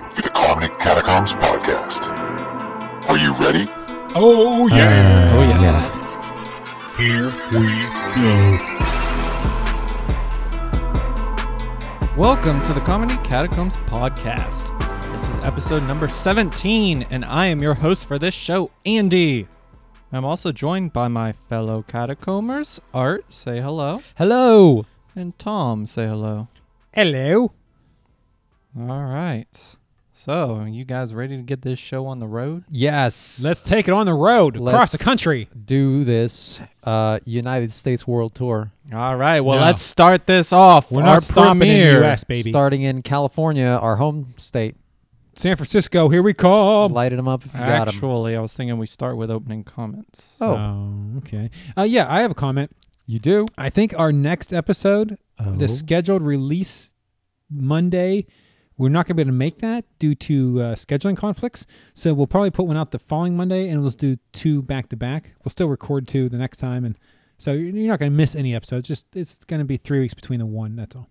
the Catacombs Podcast. Are you ready? Oh yeah. Oh yeah. yeah. Here we go. Welcome to the Comedy Catacombs podcast. This is episode number 17 and I am your host for this show, Andy. I'm also joined by my fellow catacombers, Art, say hello, Hello. and Tom, say hello. Hello. All right. So, you guys ready to get this show on the road? Yes. Let's take it on the road across the Let's country. Do this uh, United States World Tour All right. Well, No. let's start this off. We're Our not stopping premiere. in the U.S., baby. starting in California, our home state. San Francisco. Here we come. Lighted them up if you got 'em. Actually, I was thinking we start with opening comments. Oh, okay. Uh, yeah, I have a comment. you do? I think our next episode, Oh. the scheduled release Monday, we're not going to be able to make that due to uh, scheduling conflicts. So we'll probably put one out the following Monday, and we'll just do two back to back. We'll still record two the next time, and so you're you're not going to miss any episodes. Just it's going to be three weeks between the one. That's all.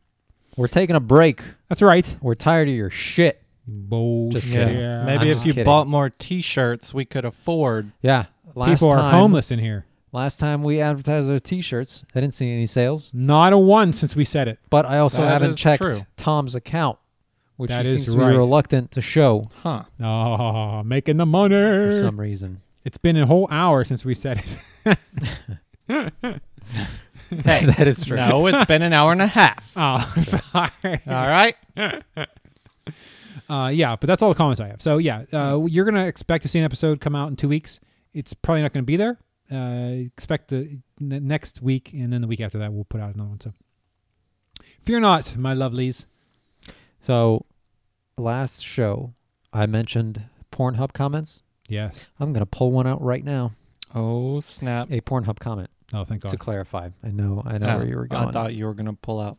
We're taking a break. That's right. We're tired of your shit. Bullshit. kidding. Maybe I'm if just you kidding. bought more t-shirts, we could afford Yeah. Last people are time- homeless in here. Last time we advertised our T-shirts, I didn't see any sales. Not a one since we said it. But I also That haven't is checked true. Tom's account, which That he is seems to right. be reluctant to show Huh. Oh, making the for money. some reason. it's been a whole hour since we said it. Hey, that is true. No, it's been an hour and a half. All Oh, sorry. right. Uh, yeah, but that's all the comments I have. So yeah, uh, you're gonna expect to see an episode come out in two weeks. It's probably not gonna be there. Uh, expect the n- next week, and then the week after that, we'll put out another one. So fear not, my lovelies. So, last show, I mentioned Pornhub comments. Yes. I'm going to pull one out right now. Oh, snap. A Pornhub comment Oh, thank to God. clarify. I know, I know Oh, where you were going. I thought you were going to pull out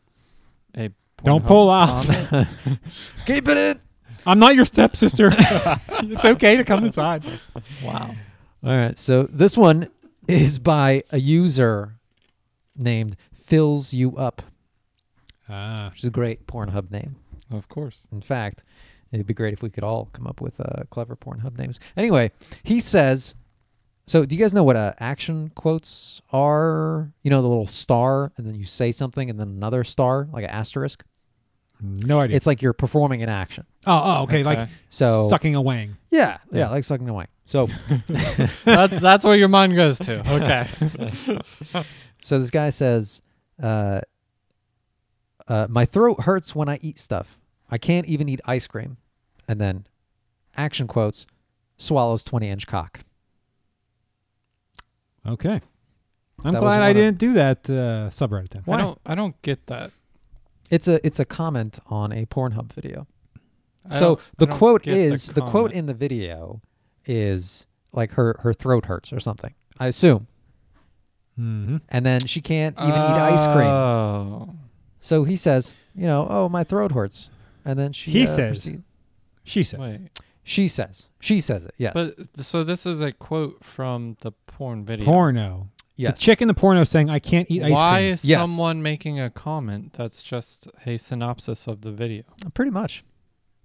a Don't Pornhub pull out. comment. Keep it in. I'm not your stepsister. it's okay to come inside. wow. All right. So this one is by a user named Fills You Up, Ah, which is a great Pornhub name. Of course. In fact, it'd be great if we could all come up with uh, clever Pornhub names. Anyway, he says. So, do you guys know what uh, action quotes are? You know, the little star, and then you say something, and then another star, like an asterisk. no idea. It's like you're performing an action. oh, oh, okay, like Okay. So sucking a wang. Yeah, yeah, Yeah. like sucking a wang. So, That's, that's where your mind goes to. Okay. so this guy says, uh, uh, "My throat hurts when I eat stuff. I can't even eat ice cream." And then, action quotes, swallows twenty-inch cock. Okay. I'm That was glad one I of- didn't do that uh, subreddit then. I don't I don't get that. It's a it's a comment on a Pornhub video. I so don't- I the don't quote get is the, quote comment. in the video is like her her throat hurts or something. I assume. hmm And then she can't even eat Uh, ice cream. Oh. So he says, you know, oh my throat hurts. And then she He uh, says. proceed- She said. Wait. She says. She says it. Yes. But so this is a quote from the porn video. Porno. yes. The chick in the porno saying, I can't eat ice Why cream. is Yes. someone making a comment that's just a synopsis of the video? Pretty much.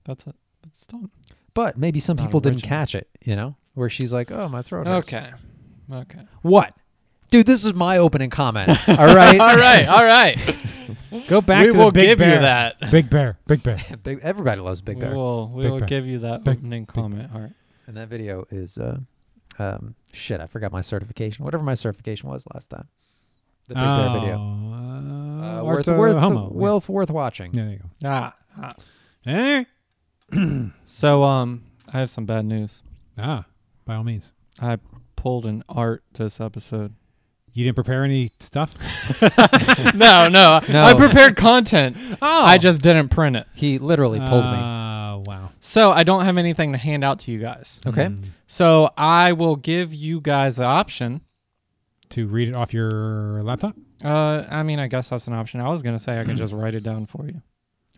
That's it. That's dumb. But maybe some Not people didn't original. catch it, you know, where she's like, oh, my throat hurts. Okay. Okay. What? Dude, this is my opening comment. All right. all right. All right. Go back we to the will Big give Bear. you that. Big Bear. Big Bear. Big, everybody loves Big Bear. We will, we Big will Bear. give you that Big- opening comment. All right. And that video is, uh, um, shit, I forgot my certification. Whatever my certification was last time. The Big Bear video. Oh, Uh, uh, worth, Arto worth, Homo. worth, worth watching. Yeah, there you go. Ah, ah. Eh? So um, I have some bad news. Ah, by all means. I pulled an art this episode. You didn't prepare any stuff? no, no, No. I prepared content. I just didn't print it. He literally pulled me. Oh, wow. So I don't have anything to hand out to you guys. Okay. Mm. So I will give you guys the option. To read it off your laptop? Uh, I mean, I guess that's an option. I was gonna say I could just write it down for you.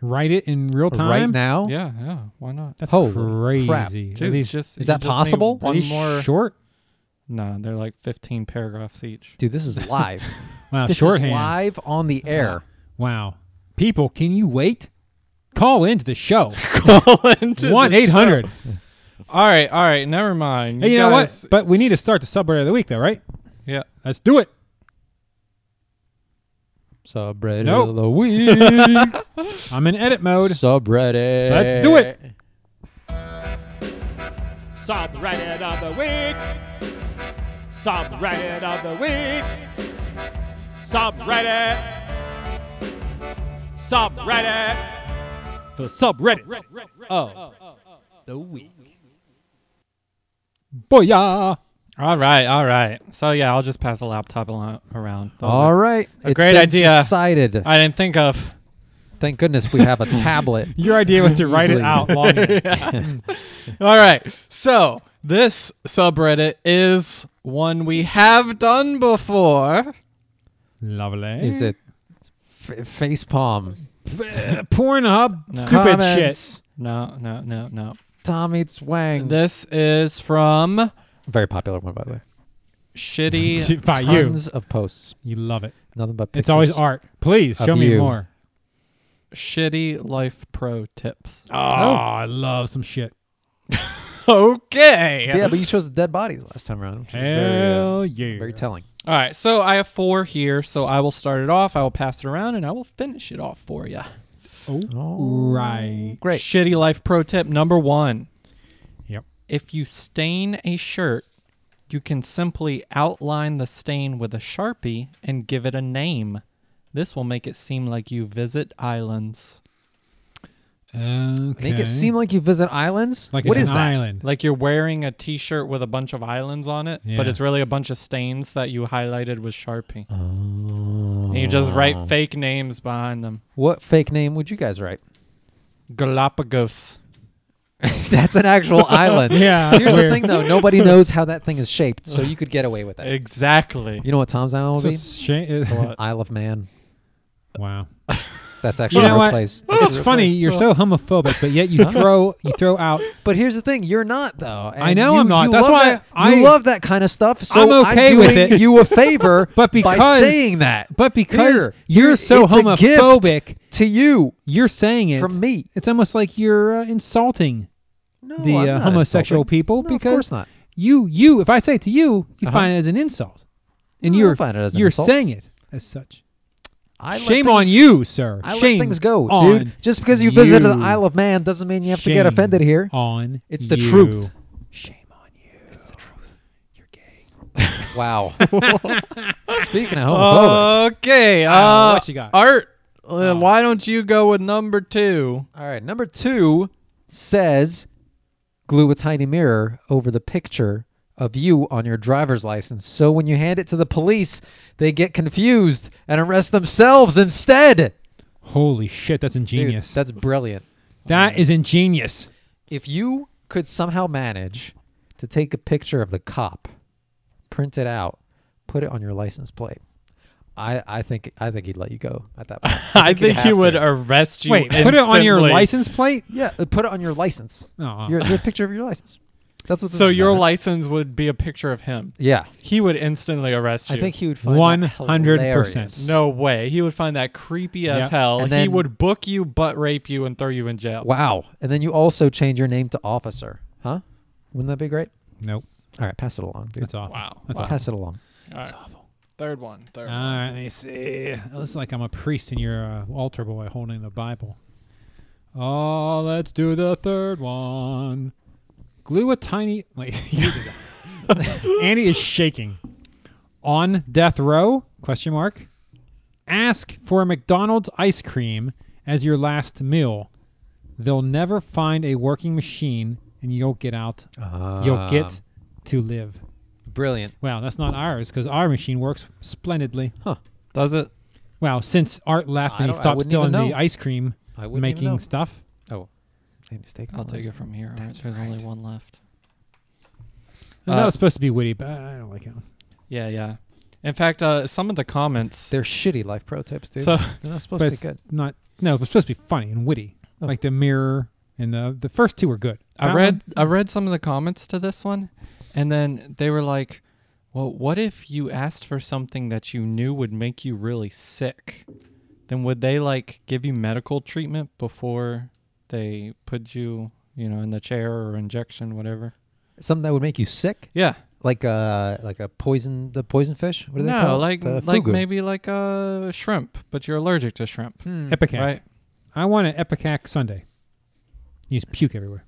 Write it in real time? Right now? Yeah, yeah. Why not? That's Holy crazy. crap. Are Dude, these- just is you that just need possible? are One these more. short? No, they're like 15 paragraphs each. Dude, this is live. Wow, this is shorthand. live on the air. Wow. People, can you wait? Call into the show. Call into the One eight hundred. show. All right, all right, never mind. Hey, you know guys- what? But we need to start the subreddit of the week, though, right? Yeah. Let's do it. Subreddit Nope. of the week. I'm in edit mode. Subreddit. Let's do it. Subreddit of the week. Subreddit of the week. Subreddit. Subreddit. The subreddit. Oh. Booyah. All right, all right. So yeah, I'll just pass a laptop alo- around. That was All a- right. a It's great been idea. Decided. I didn't think of. Thank goodness we have a tablet. Your idea was to write it Easily. out long. enough. All right. So this subreddit is one we have done before. Lovely. Is it f- face palm? Pornhub? Stupid shit. Comments. No, no, no, no. Tom eats Wang. This is from Very popular one, by the way. shitty. By you. Tons of posts. You love it. Nothing but pictures. It's always art. Please of show me you. more. Shitty Life Pro tips. Oh, I love some shit. Okay. Yeah, but you chose dead bodies last time around, which is very, uh, Hell yeah. very telling. All right. So I have four here. So I will start it off. I will pass it around, and I will finish it off for you. Oh, Oh. right. Great. Shitty life pro tip number one. Yep. If you stain a shirt, you can simply outline the stain with a sharpie and give it a name. This will make it seem like you visit islands, Okay. Make it seem like you visit islands. like what it's is an that? island. like you're wearing a T-shirt with a bunch of islands on it, but Yeah. it's really a bunch of stains that you highlighted with sharpie, Oh. and you just write fake names behind them. What fake name would you guys write? Galapagos. That's an actual island. Yeah, that's Here's the weird. thing, though. Nobody knows how that thing is shaped, so you could get away with it. Exactly. You know what Tom's island So would be? sh- What? Isle of Man. wow. That's You actually know our what? place. It's funny. You're so homophobic, but yet you throw you throw out. But here's the thing, you're not though. I And know you- I'm not. you That's love why that, I- you love that kind of stuff. So I'm okay with doing it. You a favor, But by because- saying that, But because Here, you're here, so it's a gift homophobic, to you you're saying it from me, It's almost like you're uh, insulting no, the I'm uh, not homosexual insulting. people No, because of course not. you you if I say it to you, you Uh-huh. find it as an insult, and No, I you're don't find it as an you're insult. saying it as such. I let Shame on things- you, sir. I let Shame things go, on dude. Just because you visited the you. Isle of Man doesn't mean you have to get Shame offended here. On It's the you. truth. Shame on you. It's the truth. You're gay. Wow. Speaking Oh, of homophobic, Okay. Al, uh, what you got? Art, uh, why don't you go with number two? all right. Number two says, glue a tiny mirror over the picture of you on your driver's license, so when you hand it to the police, they get confused and arrest themselves instead. Holy shit, that's Dude, ingenious. that's brilliant. that is ingenious. if you could somehow manage to take a picture of the cop, print it out, put it on your license plate, I, I think I think he'd let you go at that point. I you'd think he have would to. arrest you. Wait, put it on your instantly. license plate. yeah, uh, put it on your license. Aw. Your, the picture of your license. That's what. This Oh. So is your about. license would be a picture of him. Yeah, He would instantly arrest you. I think he would find that 100%. hilarious. No way. He would find that creepy as Yeah. hell. And he then- would book you, butt rape you, and throw you in jail. Wow. And then you also change your name to officer, huh? Wouldn't that be great? Nope, All right, pass it along, dude. that's awful. Wow. That's Wow. awful. Pass it along. All right. Third one. Third one. All right, let me see. It looks like I'm a priest and you're a altar boy holding the Bible. Oh, let's do the third one. Glue a tiny like you did that. Annie is shaking. On death row? Question mark. Ask for a McDonald's ice cream as your last meal. They'll never find a working machine, and you'll get out. Ah. You'll Um, get to live. brilliant. Wow, that's not ours because our machine works splendidly. Does it? Wow, since Art left and I he don't- I stopped wouldn't stealing the even know. ice cream I wouldn't even know. making oh. stuff. Any mistake? I'll take it from here. All right, There's only one left. And Uh, that was supposed to be witty, but I don't like it. Yeah, yeah. In fact, uh, some of the comments. They're shitty life pro tips, dude. So- They're not supposed But to be it's good. not. No, it was supposed to be funny and witty. Oh. Like the mirror and the the first two were good. I That read one- I read some of the comments to this one, and then they were like, "Well, what if you asked for something that you knew would make you really sick? then would they like give you medical treatment before they put you, you know, in the chair or injection, whatever? Something that would make you sick, Yeah. like uh, like a poison, the poison fish. What do they no, call it? like The like fugu. maybe like a shrimp, but you're allergic to shrimp, Hmm. Epicac. right? I want an Epicac Sunday. You just puke everywhere.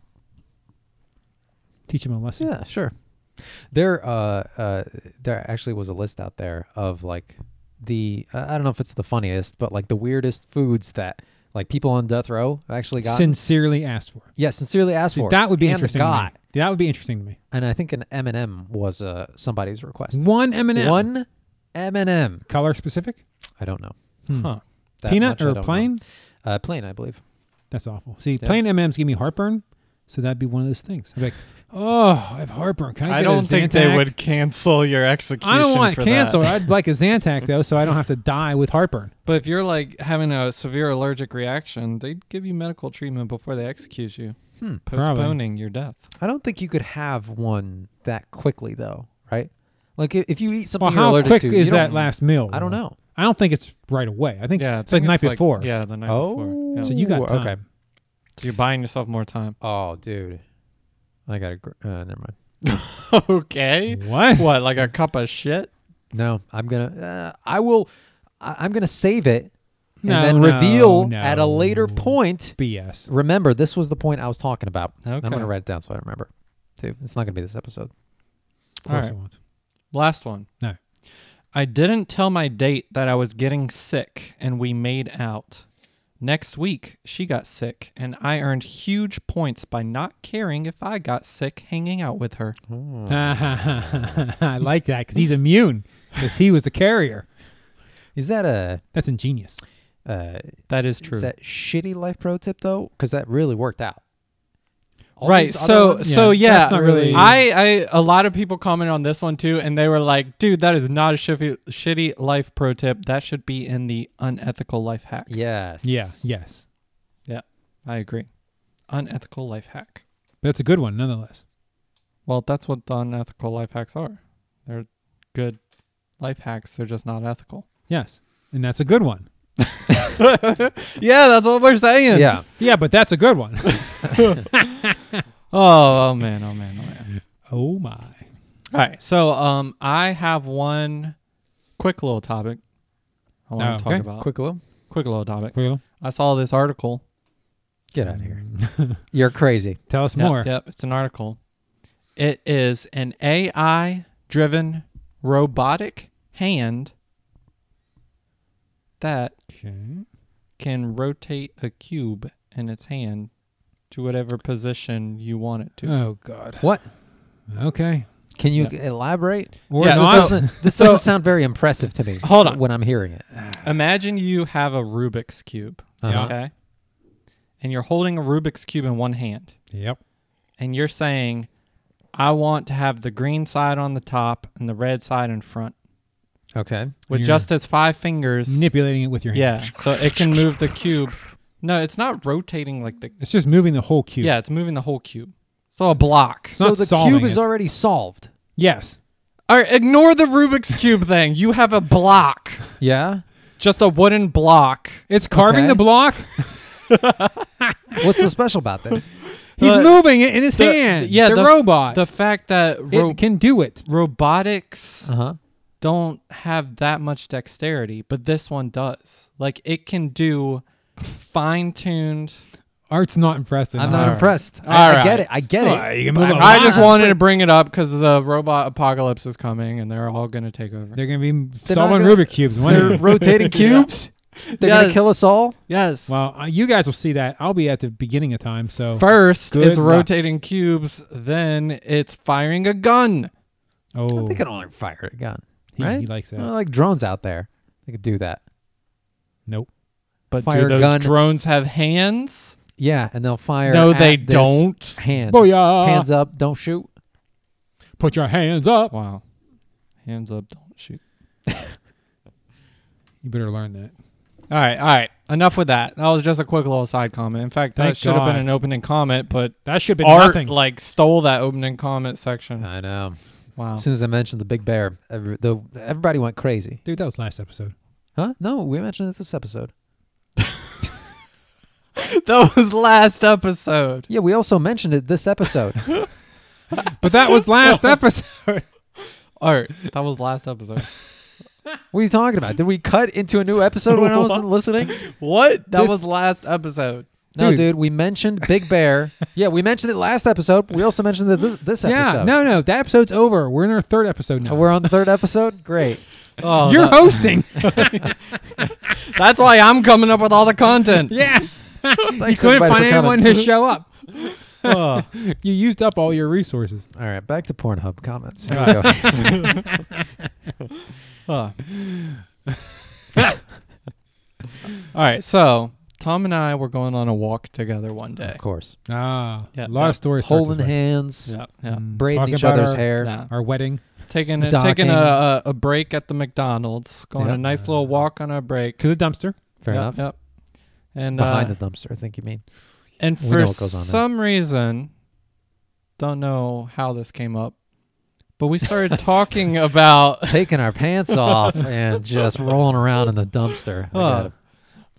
Teach him a lesson. Yeah, sure. There, uh, uh, there actually was a list out there of like the I I don't know if it's the funniest, but like the weirdest foods that like people on death row actually got. Sincerely asked for. yeah, sincerely asked See, for. that would be and interesting. Got, To me. That would be interesting to me. and I think an M and M was uh, somebody's request. One M and m One M and M. color specific. I don't know. Huh. That Peanut much I or don't know. plain? Uh, plain, I believe. That's awful. See, plain M and M's give me heartburn, so that'd be one of those things. I'd be like, oh, I have heartburn. Can I, get I a don't think they Zantac?" would cancel your execution. I don't want for it that. canceled. I'd like a Zantac though, so I don't have to die with heartburn. But if you're like having a severe allergic reaction, they'd give you medical treatment before they execute you, Hmm. postponing your death. I don't think you could have one that quickly though, right? Like i- if you eat something Well, you're how allergic quick to, is you don't- that last meal? I don't though? know. I don't think it's right away. I think Yeah, I it's like night think before. Yeah, the night before. Yeah. So you got Ooh, time. okay. So you're buying yourself more time. Oh, dude. I got to. Gr- uh, never mind. okay. What? What, like a cup of shit? No, I'm gonna. Uh, I will. I, I'm gonna save it and No, then no, reveal at a later no. point. BS. Remember, this was the point I was talking about. Okay. I'm gonna write it down so I remember. Dude, it's not gonna be this episode. Of course right. it won't. Last one. No. I didn't tell my date that I was getting sick and we made out. Next week, she got sick and I earned huge points by not caring if I got sick hanging out with her. Oh. I like that because he's immune because he was the carrier. Is that a? That's ingenious. Uh, That is true. Is that shitty life pro tip though? Because that really worked out. All right. these So, other- ones- so Yeah, yeah, that's not really- I, I, a lot of people commented on this one too, and they were like, dude, that is not a shitty, shitty life pro tip. That should be in the unethical life hacks. yes. Yeah. Yes. I agree. Unethical life hack. But that's a good one nonetheless. Well, that's what the unethical life hacks are. They're good life hacks. They're just not ethical. Yes. And that's a good one. Yeah, that's what we're saying. Yeah. Yeah, but that's a good one. Oh, oh man, oh man, oh man. oh my. All right. So, um, I have one quick little topic I want to Oh, talk okay. about. Quick, Quick little. quick little topic. Well, I saw this article. Get out of here. You're crazy. Tell us Yep, more. Yep, it's an article. It is an AI-driven robotic hand that Okay. can rotate a cube in its hand to whatever position you want it to. Oh God. What? Okay. Can you elaborate? Or Yeah, This not. so- doesn't, this so- doesn't sound very impressive to me. Hold on. When I'm hearing it. Imagine you have a Rubik's cube, Uh-huh. okay? And you're holding a Rubik's cube in one hand, yep. and you're saying, "I want to have the green side on the top and the red side in front." Okay. With You're just its five fingers, Manipulating it with your hand. yeah, so it can move the cube. No, it's not rotating like the It's just moving the whole cube. Yeah, it's moving the whole cube. So a block. not So the solving cube is it. already solved. Yes. All right, ignore the Rubik's cube thing. You have a block, Yeah. just a wooden block. It's carving Okay. the block. What's so special about this? He's Uh, moving it in his the- hand. yeah, The, the f- robot. The fact that ro- it can do it. robotics Uh huh. don't have that much dexterity, but this one does. Like it can do fine-tuned. Art's not impressed. I'm not Alright. impressed. I, I Alright. get it. I get Well, it. you can but move I'm a I not- just wanted to bring it up because the robot apocalypse is coming, and they're all gonna take over. They're gonna be not solving gonna- Rubik's cubes. one They're day. rotating cubes. They're gonna Yes. kill us all. Yes. well, uh, you guys will see that. I'll be at the beginning of time. So. First, Good it's luck. rotating cubes. Then it's firing a gun. oh. They can only fire a gun. He- right? he likes that. Uh, like drones out there. They could do that. Nope. But Fire do those gun. drones have hands? Yeah, and they'll fire. no, at they this don't. Hand. Booyah. Hands up. Don't shoot. Put your hands up. Wow. Hands up, don't shoot. You better learn that. All right, all right. Enough with that. That was just a quick little side comment. In fact, that Thank should have been God. an opening comment, but That should be Art nothing. like stole that opening comment section. I know. Wow. As soon as I mentioned the big bear, every, the, everybody went crazy. Dude, that was last episode. Huh? No, we mentioned it this episode. that was last episode. Yeah, we also mentioned it this episode. But that was last episode. Art, that was last episode. what are you talking about? Did we cut into a new episode when I wasn't listening? What? That This- was last episode. No, Dude. dude, we mentioned Big Bear. yeah, we mentioned it last episode. but We also mentioned it this, this Yeah, episode. no, no, that episode's over. We're in our third episode now. And We're on the third episode? Great. Oh, You're that- hosting. that's why I'm coming up with all the content. yeah. you Thanks, couldn't everybody, for find anyone coming. to show up. Oh. You used up all your resources. All right, back to Pornhub comments. Here we go. Huh. All right, so Tom and I were going on a walk together one day. of course. Ah, Yeah, a lot yeah. of stories. start Holding this way. hands, Yeah, yeah. Mm, braiding talking each about other's our- hair. Nah. Our wedding. Taking a, Docking. taking a, a, a break at the McDonald's, going Yep. a nice little walk on our break. To the dumpster. Fair Yep, enough. Yep. And Behind uh, the dumpster, I think you mean. and we for know what goes on there. some reason, don't know how this came up, but we started talking about Taking our pants off and just rolling around in the dumpster. I got Huh. it.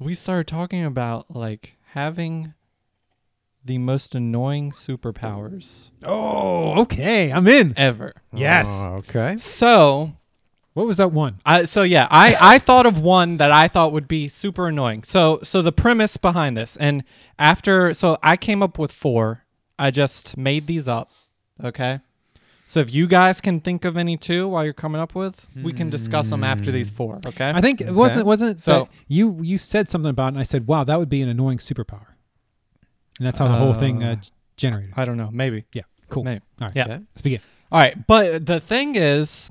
we started talking about like having the most annoying superpowers Oh, okay. I'm in. ever. Yes. Oh, okay. So What was that one? I, so yeah, I, I thought of one that I thought would be super annoying. So so the premise behind this, and after so I came up with four. I just made these up. Okay. So if you guys can think of any two while you're coming up with, we can discuss them after Hmm. these four. Okay. I think it wasn't wasn't so So- you you said something about it and I said, "Wow, that would be an annoying superpower." And that's how the whole thing uh, Uh, g- generated. I don't know. Maybe. yeah. Cool. Maybe. All right. Yeah. Okay. Let's begin. All right, but the thing is,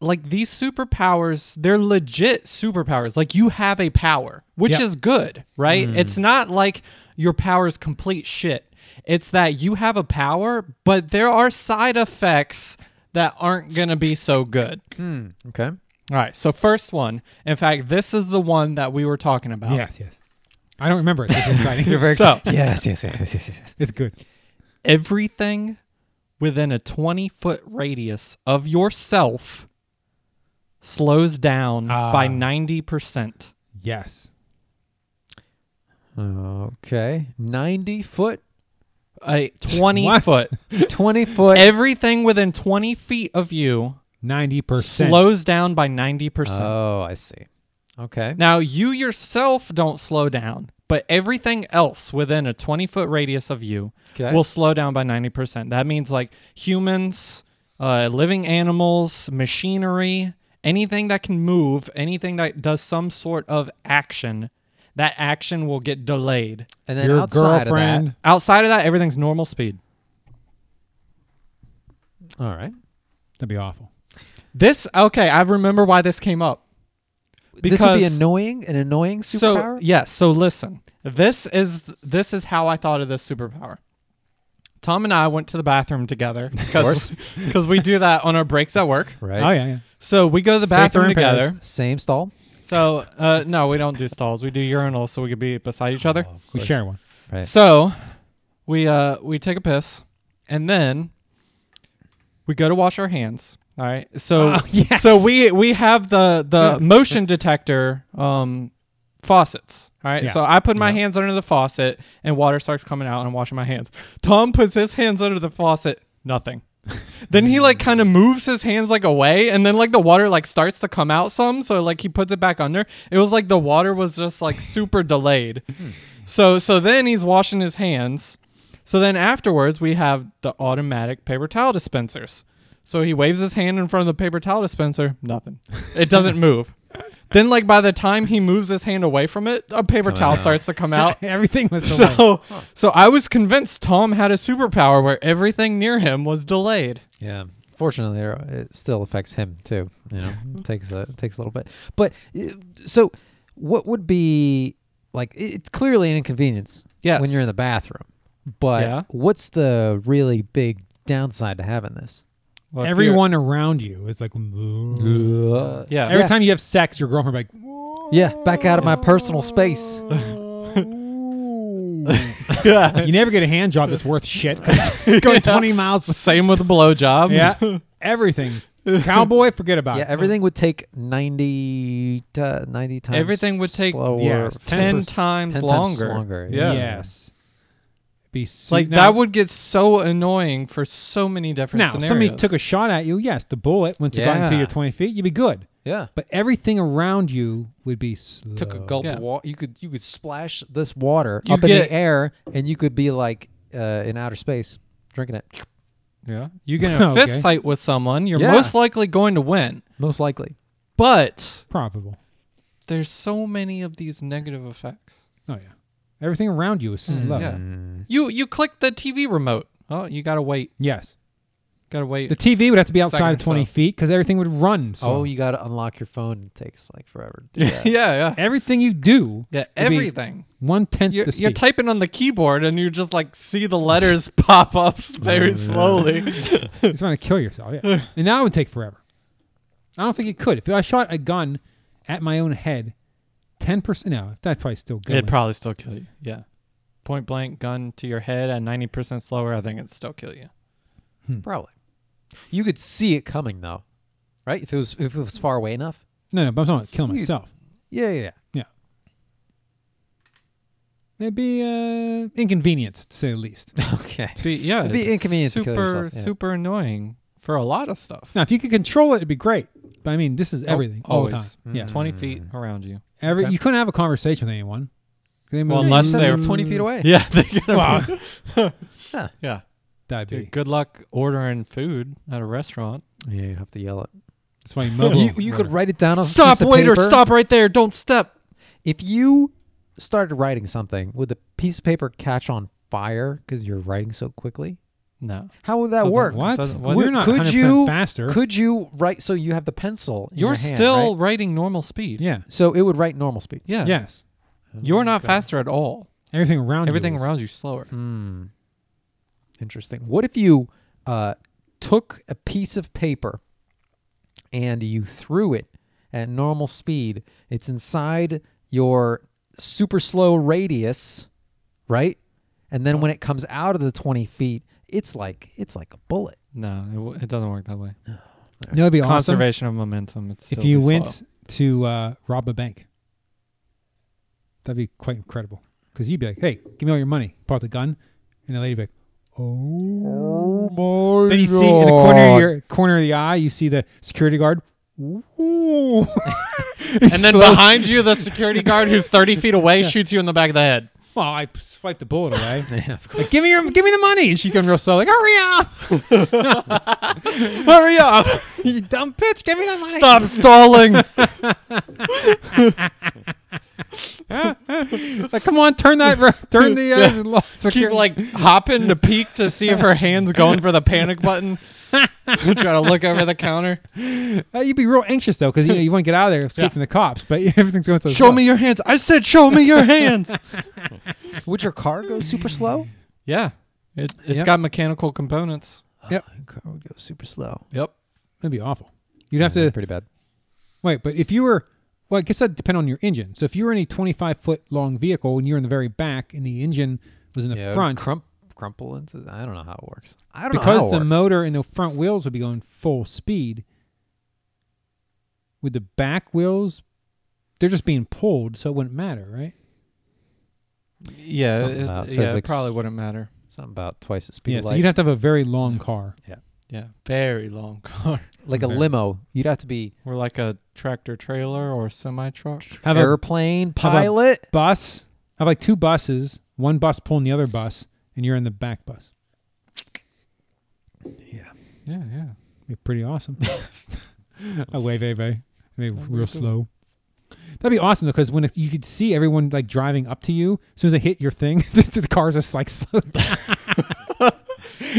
like these superpowers, they're legit superpowers. Like you have a power, which Yep. is good, right? It's not like your power is complete shit. It's that you have a power, but there are side effects that aren't going to be so good. Okay. All right, so first one. In fact, this is the one that we were talking about. Yes, yes. I don't remember it. This is exciting. You're very So- excited. yes, yes, yes, yes, yes, yes. it's good. everything within a 20 foot radius of yourself slows down Ah. by 90%. Yes. Okay. 90 foot, A 20 What? foot. 20 foot. Everything within 20 feet of you 90%. slows down by 90%. oh, I see. Okay. Now, you yourself don't slow down, but everything else within a 20 foot radius of you Okay. will slow down by 90%. That means like humans, uh, living animals, machinery, anything that can move, anything that does some sort of action, that action will get delayed. and then Your outside girlfriend. of Outside of that, everything's normal speed. that. All right. That'd be awful. This, okay, I remember why this came up. this would be Because- annoying, an annoying So superpower? yeah, so listen. This is this is how I thought of this superpower. Tom and I went to the bathroom together because course. because we do that on our breaks at work. right. Oh, yeah, yeah. So we go to the Safer bathroom in Paris. together. Same stall. So uh, no, we don't do stalls. We do urinals so we could be beside each other. Oh, We share one. Right. So we uh we take a piss and then we go to wash our hands. All right. So Oh, yes. so we we have the the motion detector um faucets. All right. Yeah. So I put my hands under the faucet and water starts coming out and I'm washing my hands. Tom puts his hands under the faucet, nothing. then he like kind of moves his hands like away and then like the water like starts to come out some so like he puts it back under. It was like the water was just like super delayed. So so then he's washing his hands. So then afterwards we have the automatic paper towel dispensers. So he waves his hand in front of the paper towel dispenser, nothing. It doesn't move. then like by the time he moves his hand away from it, a paper towel starts to come out. Everything was delayed. so so I was convinced Tom had a superpower where everything near him was delayed. Yeah. Fortunately, there- it still affects him too. You know, It takes a it takes a little bit. But uh, so, what would be like? it- It's clearly an inconvenience. Yes. When you're in the bathroom, but Yeah. what's the really big downside to having this? Well, if you're- Everyone around you is like, "Ugh." Yeah. every time you have sex, your girlfriend like, Uh, Yeah. Back out of my personal space. yeah. you never get a hand job that's worth shit. 'cause it's going 20 miles. Same with a blowjob. Yeah. Everything Cowboy, forget about yeah, it. everything would take 90, to 90 times. Everything would take slower, yeah, 10 10% times 10 times longer. longer, Yeah. Yes. Be su- Like now- that would get so annoying for so many different now. if scenarios. Somebody took a shot at you. Yes, the bullet once it got into Yeah. your twenty feet, you'd be good. Yeah. But everything around you would be slow. Took a gulp Yeah. of water. You could you could splash this water You up in get- the air, and you could be like uh, in outer space drinking it. yeah. You get in a Okay. fist fight with someone, you're Yeah. most likely going to win. Most likely. But Probable. there's so many of these negative effects. Oh yeah. Everything around you is Mm, slow. Yeah. Oh, You you click the TV remote. Oh, you gotta wait. Yes. Gotta wait. The TV would have to be outside Second of twenty cell. feet because everything would run. So Oh, you got to unlock your phone. It takes like forever. to do yeah, that. yeah, yeah. everything you do, would be everything. one tenth You're, the you're speed. typing on the keyboard and you just like see the letters pop up very slowly. It's going to kill yourself. Yeah. and that would take forever. I don't think it could. If I shot a gun at my own head, ten percent. No, that's probably still good. It'd probably still kill you. Yeah. Point blank gun to your head at 90% slower, I think it'd still kill you. Probably. You could see it coming though, right? If it was if it was far away enough. no, no. But I'm talking about kill You- myself. Yeah, yeah. yeah. It'd be uh, inconvenience to say the least. Okay. Be, yeah. It'd be it's inconvenient to Super, kill yourself, yeah. super annoying for a lot of stuff. now, if you could control it, it'd be great. But I mean, this is everything all the time. Oh, always. Yeah. 20 feet around you. Every Oh, Mm-hmm. Okay. you couldn't have a conversation with anyone. They Well, move- unless you Send they them were- twenty feet away. Yeah. They're gonna Wow. Huh. yeah. that'd be. Dude, good luck ordering food at a restaurant. Yeah, you'd have to yell it. That's why mobile. You, you could write it down on a Stop, piece of waiter. paper. Stop right there. Don't step. If you started writing something, would the piece of paper catch on fire because you're writing so quickly? No. How would that Doesn't work? What? Doesn't- Well, would- you're not could 100% you- faster. Could you write so you have the pencil? in You're your hand, still right? writing normal speed. yeah. so it would write normal speed. Yeah. Yes. You're not Okay. faster at all. Everything around. Everything you is- around you slower. Hmm. Interesting. What if you uh, took a piece of paper and you threw it at normal speed? It's inside your super slow radius, right? And then when it comes out of the 20 feet, it's like it's like a bullet. No, it, w- it doesn't work that way. No, it'd be awesome Conservation of momentum. It's if still you be went slow. to uh, rob a bank. That'd be quite incredible because you'd be like, "Hey, give me all your money." Pull out the gun, and the lady'd be like, "Oh." my Then you see in the corner of your corner of the eye, you see the security guard. Ooh. And then behind you, the security guard who's 30 feet away shoots you in the back of the head. well, I swiped the bullet away. Yeah, of course. like, give me your, give me the money. And she's going real slow, like, hurry up, Hurry up! you dumb bitch, give me that money. Stop stalling! Like, come on, turn that, ro- turn the, uh, Yeah. lock- Keep security- like hopping to peek to see if her hand's going for the panic button. Try to look over the counter. Uh, you'd be real anxious though, because you know you want to get out of there, escape Yeah. from the cops, but everything's going so. Show slow. me your hands. I said, show me your hands. Would your car go super slow? yeah, it, it's Yep. got mechanical components. Yep. Oh, my car would go super slow. Yep. That'd be awful. You'd have to pretty bad. wait, but if you were, well, I guess that'd depend on your engine. So if you were in a 25 foot long vehicle and you're in the very back and the engine was in the Yeah, it would front, crump, crumple into. I don't know how it works. I don't know because how it the works. motor and the front wheels would be going full speed, with the back wheels, they're just being pulled, so it wouldn't matter, right? Yeah, Something it, about yeah, it physics. probably wouldn't matter. something about twice the speed. Yeah. of So light. you'd have to have a very long car. Yeah, very long car. like a Very- limo. You'd have to be Or like a tractor trailer or semi truck. Have a airplane have a- pilot. bus. Have like two buses, one bus pulling the other bus, and you're in the back bus. Yeah, yeah. Be pretty awesome. Oh, I wave, wave, wave. Maybe real slow. That'd be awesome though, because when it, you could see everyone like driving up to you, as soon as they hit your thing, the, the cars just like slow down.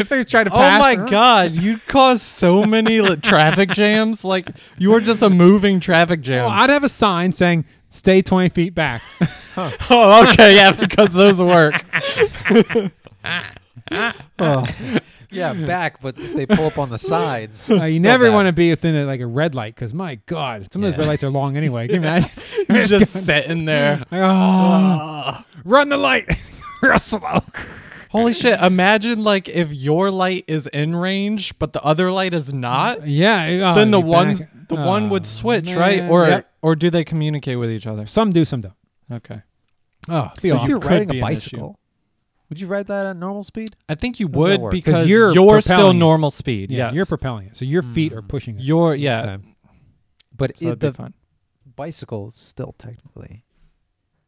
they try to pass. Oh my god, you cause so many li- traffic jams. Like you're just a moving traffic Oh, jam. I'd have a sign saying "Stay 20 feet back." oh, okay, yeah, because those work. Yeah, back. But if they pull up on the sides, Uh, you never want to be within a, like a red light, because my god, some of those Yeah. red lights are long anyway. Can you imagine? You're just sitting there. Ah. Like, "Ah, run the light, real slow. Holy shit! Imagine like if your light is in range, but the other light is not. Yeah. oh, then the you're one, back. the one Oh, would switch, right? man. Or Yep. or do they communicate with each other? some do, some don't. Okay. Oh, So if you're could riding be a an issue. bicycle, would you ride that at normal speed? I think you does that would work? 'Cause because you're you're, still propelling it. normal speed. yeah, yes. you're propelling it, so your feet Hmm. are pushing it. You're- yeah. But So it, that'd be the fun. bicycle is still technically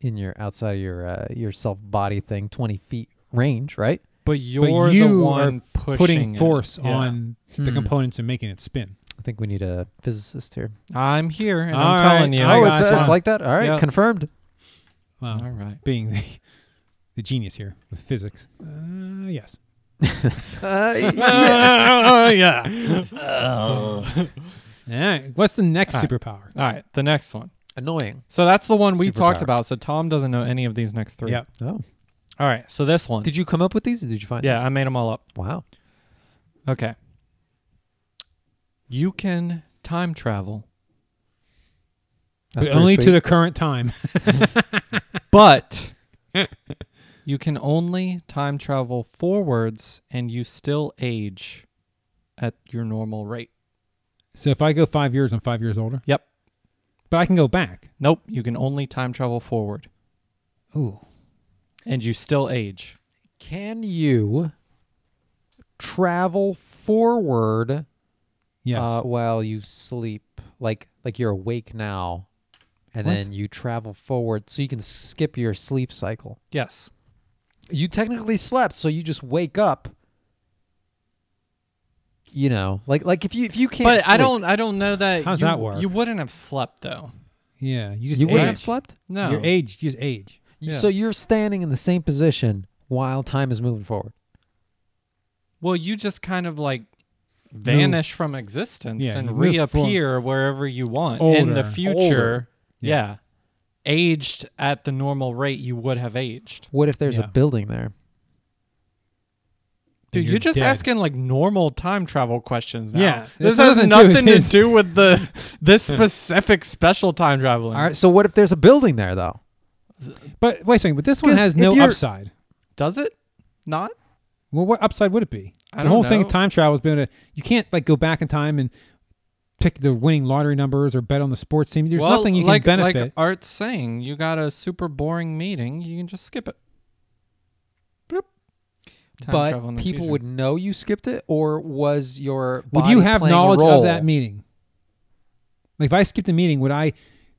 in your outside of your uh, your self body thing, twenty feet range, right? But you're the you are one pushing putting it. force Yeah. on the Hmm. components and making it spin. I think we need a physicist here. I'm here and All I'm right. telling you. I oh, got it's, you. it's like that. All right, Yeah. confirmed. Wow, all right. uh, being the the genius here with physics. Uh, yes. yeah. All right. What's the next All right. superpower? All right. The next one. Annoying. So that's the one we talked Superpower. about. So Tom doesn't know any of these next three. Yep. Oh, All right. So this one. did you come up with these? or Did you find? yeah, I these? made them all up. Wow. Okay. You can time travel, That's but pretty only to sweet. the current time. but you can only time travel forwards and you still age at your normal rate. so if I go five years, I'm five years older. Yep. But I can go back. Nope. You can only time travel forward Ooh. and you still age. Can you travel forward Yes. uh, while you sleep? Like like you're awake now, and What? then you travel forward, so you can skip your sleep cycle. Yes. You technically slept, so you just wake up. You know, like like if you if you can't, But I sleep- don't I don't know that How's you, that work? you wouldn't have slept though. yeah. You just You wouldn't age. have slept. No. Your age. You just age. You- Yeah. So you're standing in the same position while time is moving forward. Well, you just kind of like vanish from existence Yeah, you and move for- reappear wherever you want in the Older. future. Yeah. Yeah. Aged at the normal rate you would have aged. What if there's Yeah. a building there? Dude, you're you're, just dead. asking like normal time travel questions now. Yeah, This it has has nothing to do with nothing to his- do with the this specific special time traveling. All right. So what if there's a building there though? But wait a second. But this one 'Cause has if no you're- upside. Does it? Not? Well, what upside would it be? I the don't whole thing know. of time travel has been a, you can't like go back in time and pick the winning lottery numbers or bet on the sports team. There's well, nothing you like, can benefit. Like Art's saying, you got a super boring meeting, you can just skip it. Bloop. Time travel in but the people future. would know you skipped it, or was your would body you have playing a knowledge of role? that meeting? Like if I skipped a meeting, would I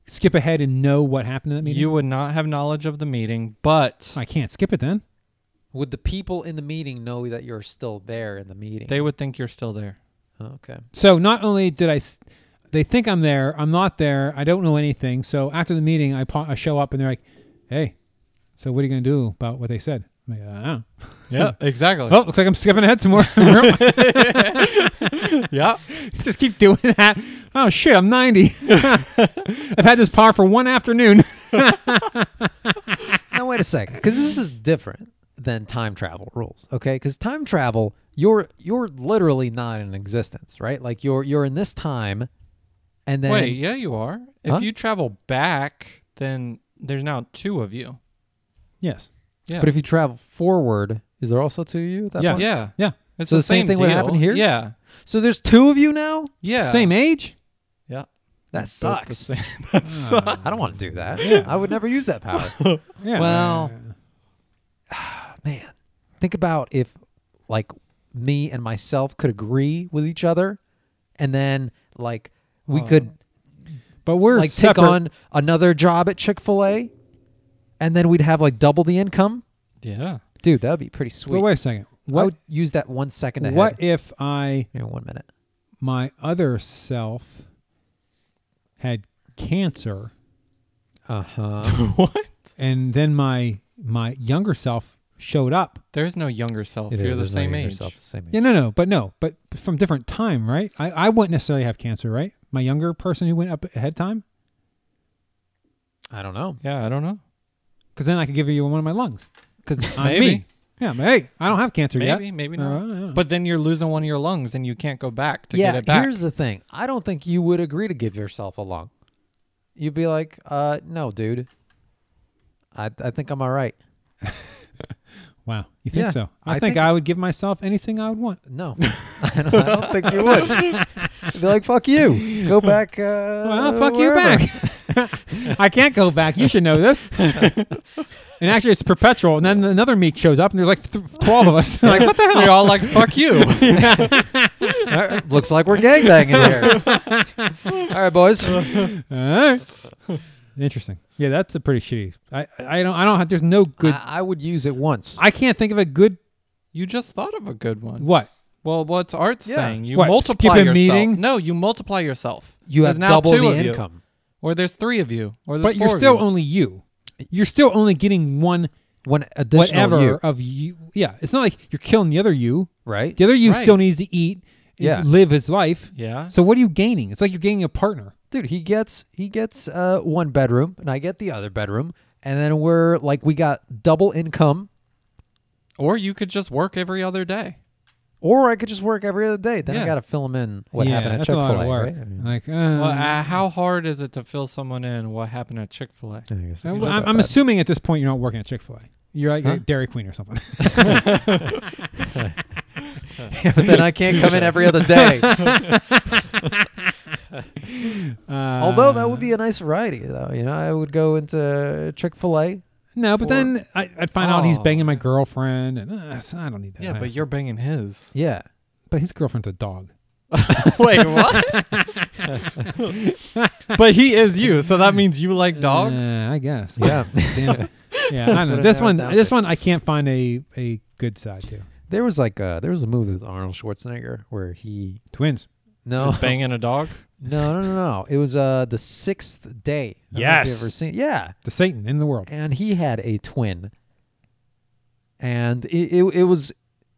skip ahead and know what happened in that meeting? You would not have knowledge of the meeting, but I can't skip it then. Would the people in the meeting know that you're still there in the meeting? they would think you're still there. okay. So not only did I, s- they think I'm there. I'm not there. I don't know anything. So after the meeting, I, pa- I show up and they're like, "Hey, so what are you gonna do about what they said?" I'm like, "I don't know." Yeah, exactly. Oh, looks like I'm skipping ahead some more. yeah. just keep doing that. Oh shit, I'm 90. I've had this par for one afternoon. Now wait a second, because this is different than time travel rules. Okay, because time travel, you're you're literally not in existence, right? Like you're you're in this time, and then Wait, yeah, you are. If Huh? you travel back, then there's now two of you. yes. Yeah. but if you travel forward, is there also two of you? At that Yeah. point? yeah. Yeah. It's So the, the same thing deal. would happen here? Yeah. So there's two of you now. Yeah. Same age? Yeah. That Both the sucks. same. that sucks. I don't want to do that. I would never use that power. Yeah. Well- man, think about if like me and myself could agree with each other, and then like we could but we're like separate. take on another job at Chick Fil A, and then we'd have like double the income. Yeah. Dude, that'd be pretty sweet. But wait a second. I What would use that one second ahead. what if I Here, one minute. my other self had cancer Uh Uh-huh. huh. what? and then my my younger self showed up? There's no younger self. You're the same age. Same age. Yeah, no, no, but no, but from different time, right? I, I wouldn't necessarily have cancer, right? My younger person who went up ahead time, I don't know. Yeah, I don't know. because then I could give you one of my lungs. Because I'm Maybe. me. Yeah, but hey, I don't have cancer yet. Maybe, maybe not. Uh, I don't know. but then you're losing one of your lungs and you can't go back to yeah, get it back. here's the thing. I don't think you would agree to give yourself a lung. You'd be like, uh, no, dude. I I think I'm all right. Wow. You think Yeah, so? I, I think, think- I would give myself anything I would want. No, I don't, I don't think you would. I'd be like, "Fuck you, go back." Uh, Well, fuck you wherever." back. I can't go back. You should know this. and actually, it's perpetual. And then another meek shows up, and there's like th- 12 of us. like, what the hell? They're all like, fuck you. Alright, Looks like we're gangbanging here. All right, boys. All right. Interesting. Yeah, that's a pretty shitty. I, I don't, I don't have, there's no good. I, I would use it once. I can't think of a good, you just thought of a good one. what? Well, what's Art Yeah. saying? You What, skip multiply a yourself. meeting? No, you multiply yourself. you There's have now double two the of you. income. Or there's three of you. Or there's But you're four of still you. only you. You're still only getting one One additional whatever you, of you. Yeah, it's not like you're killing the other you. right? The other you Right. still needs to eat, and Yeah. live his life. Yeah. So what are you gaining? It's like you're gaining a partner. Dude, he gets he gets uh, one bedroom, and I get the other bedroom, and then we're like, we got double income. Or you could just work every other day. Or I could just work every other day. Then I Yeah. got to fill him in what yeah, happened at that's Chick a lot Fil of A. work. Right? ah, I mean, Like, uh, Well, uh, how hard is it to fill someone in what happened at Chick Fil A? I guess it's I- not I'm, that I'm bad. assuming at this point you're not working at Chick Fil A. You're like Huh? a Dairy Queen or something. yeah, but then I can't come in every other day. Uh, Although that would be a nice variety, though. You know, I would go into Chick Fil A. no, but then I, I'd find out he's Oh. banging my girlfriend, and uh, so I don't need that. Yeah, but hassle. you're banging his. Yeah. but his girlfriend's a dog. Wait, what? but he is you, so that means you like dogs. Uh, I guess. Yeah. Damn. Yeah, I That's don't what know. it This boils one, down this to. one, I can't find a a good side to. There was like a, there was a movie with Arnold Schwarzenegger where he Twins. no Just banging a dog. no no no no it was uh the sixth day. I don't know if you Yes. ever seen yeah, The Satan in the world. and he had a twin, and it it, it was.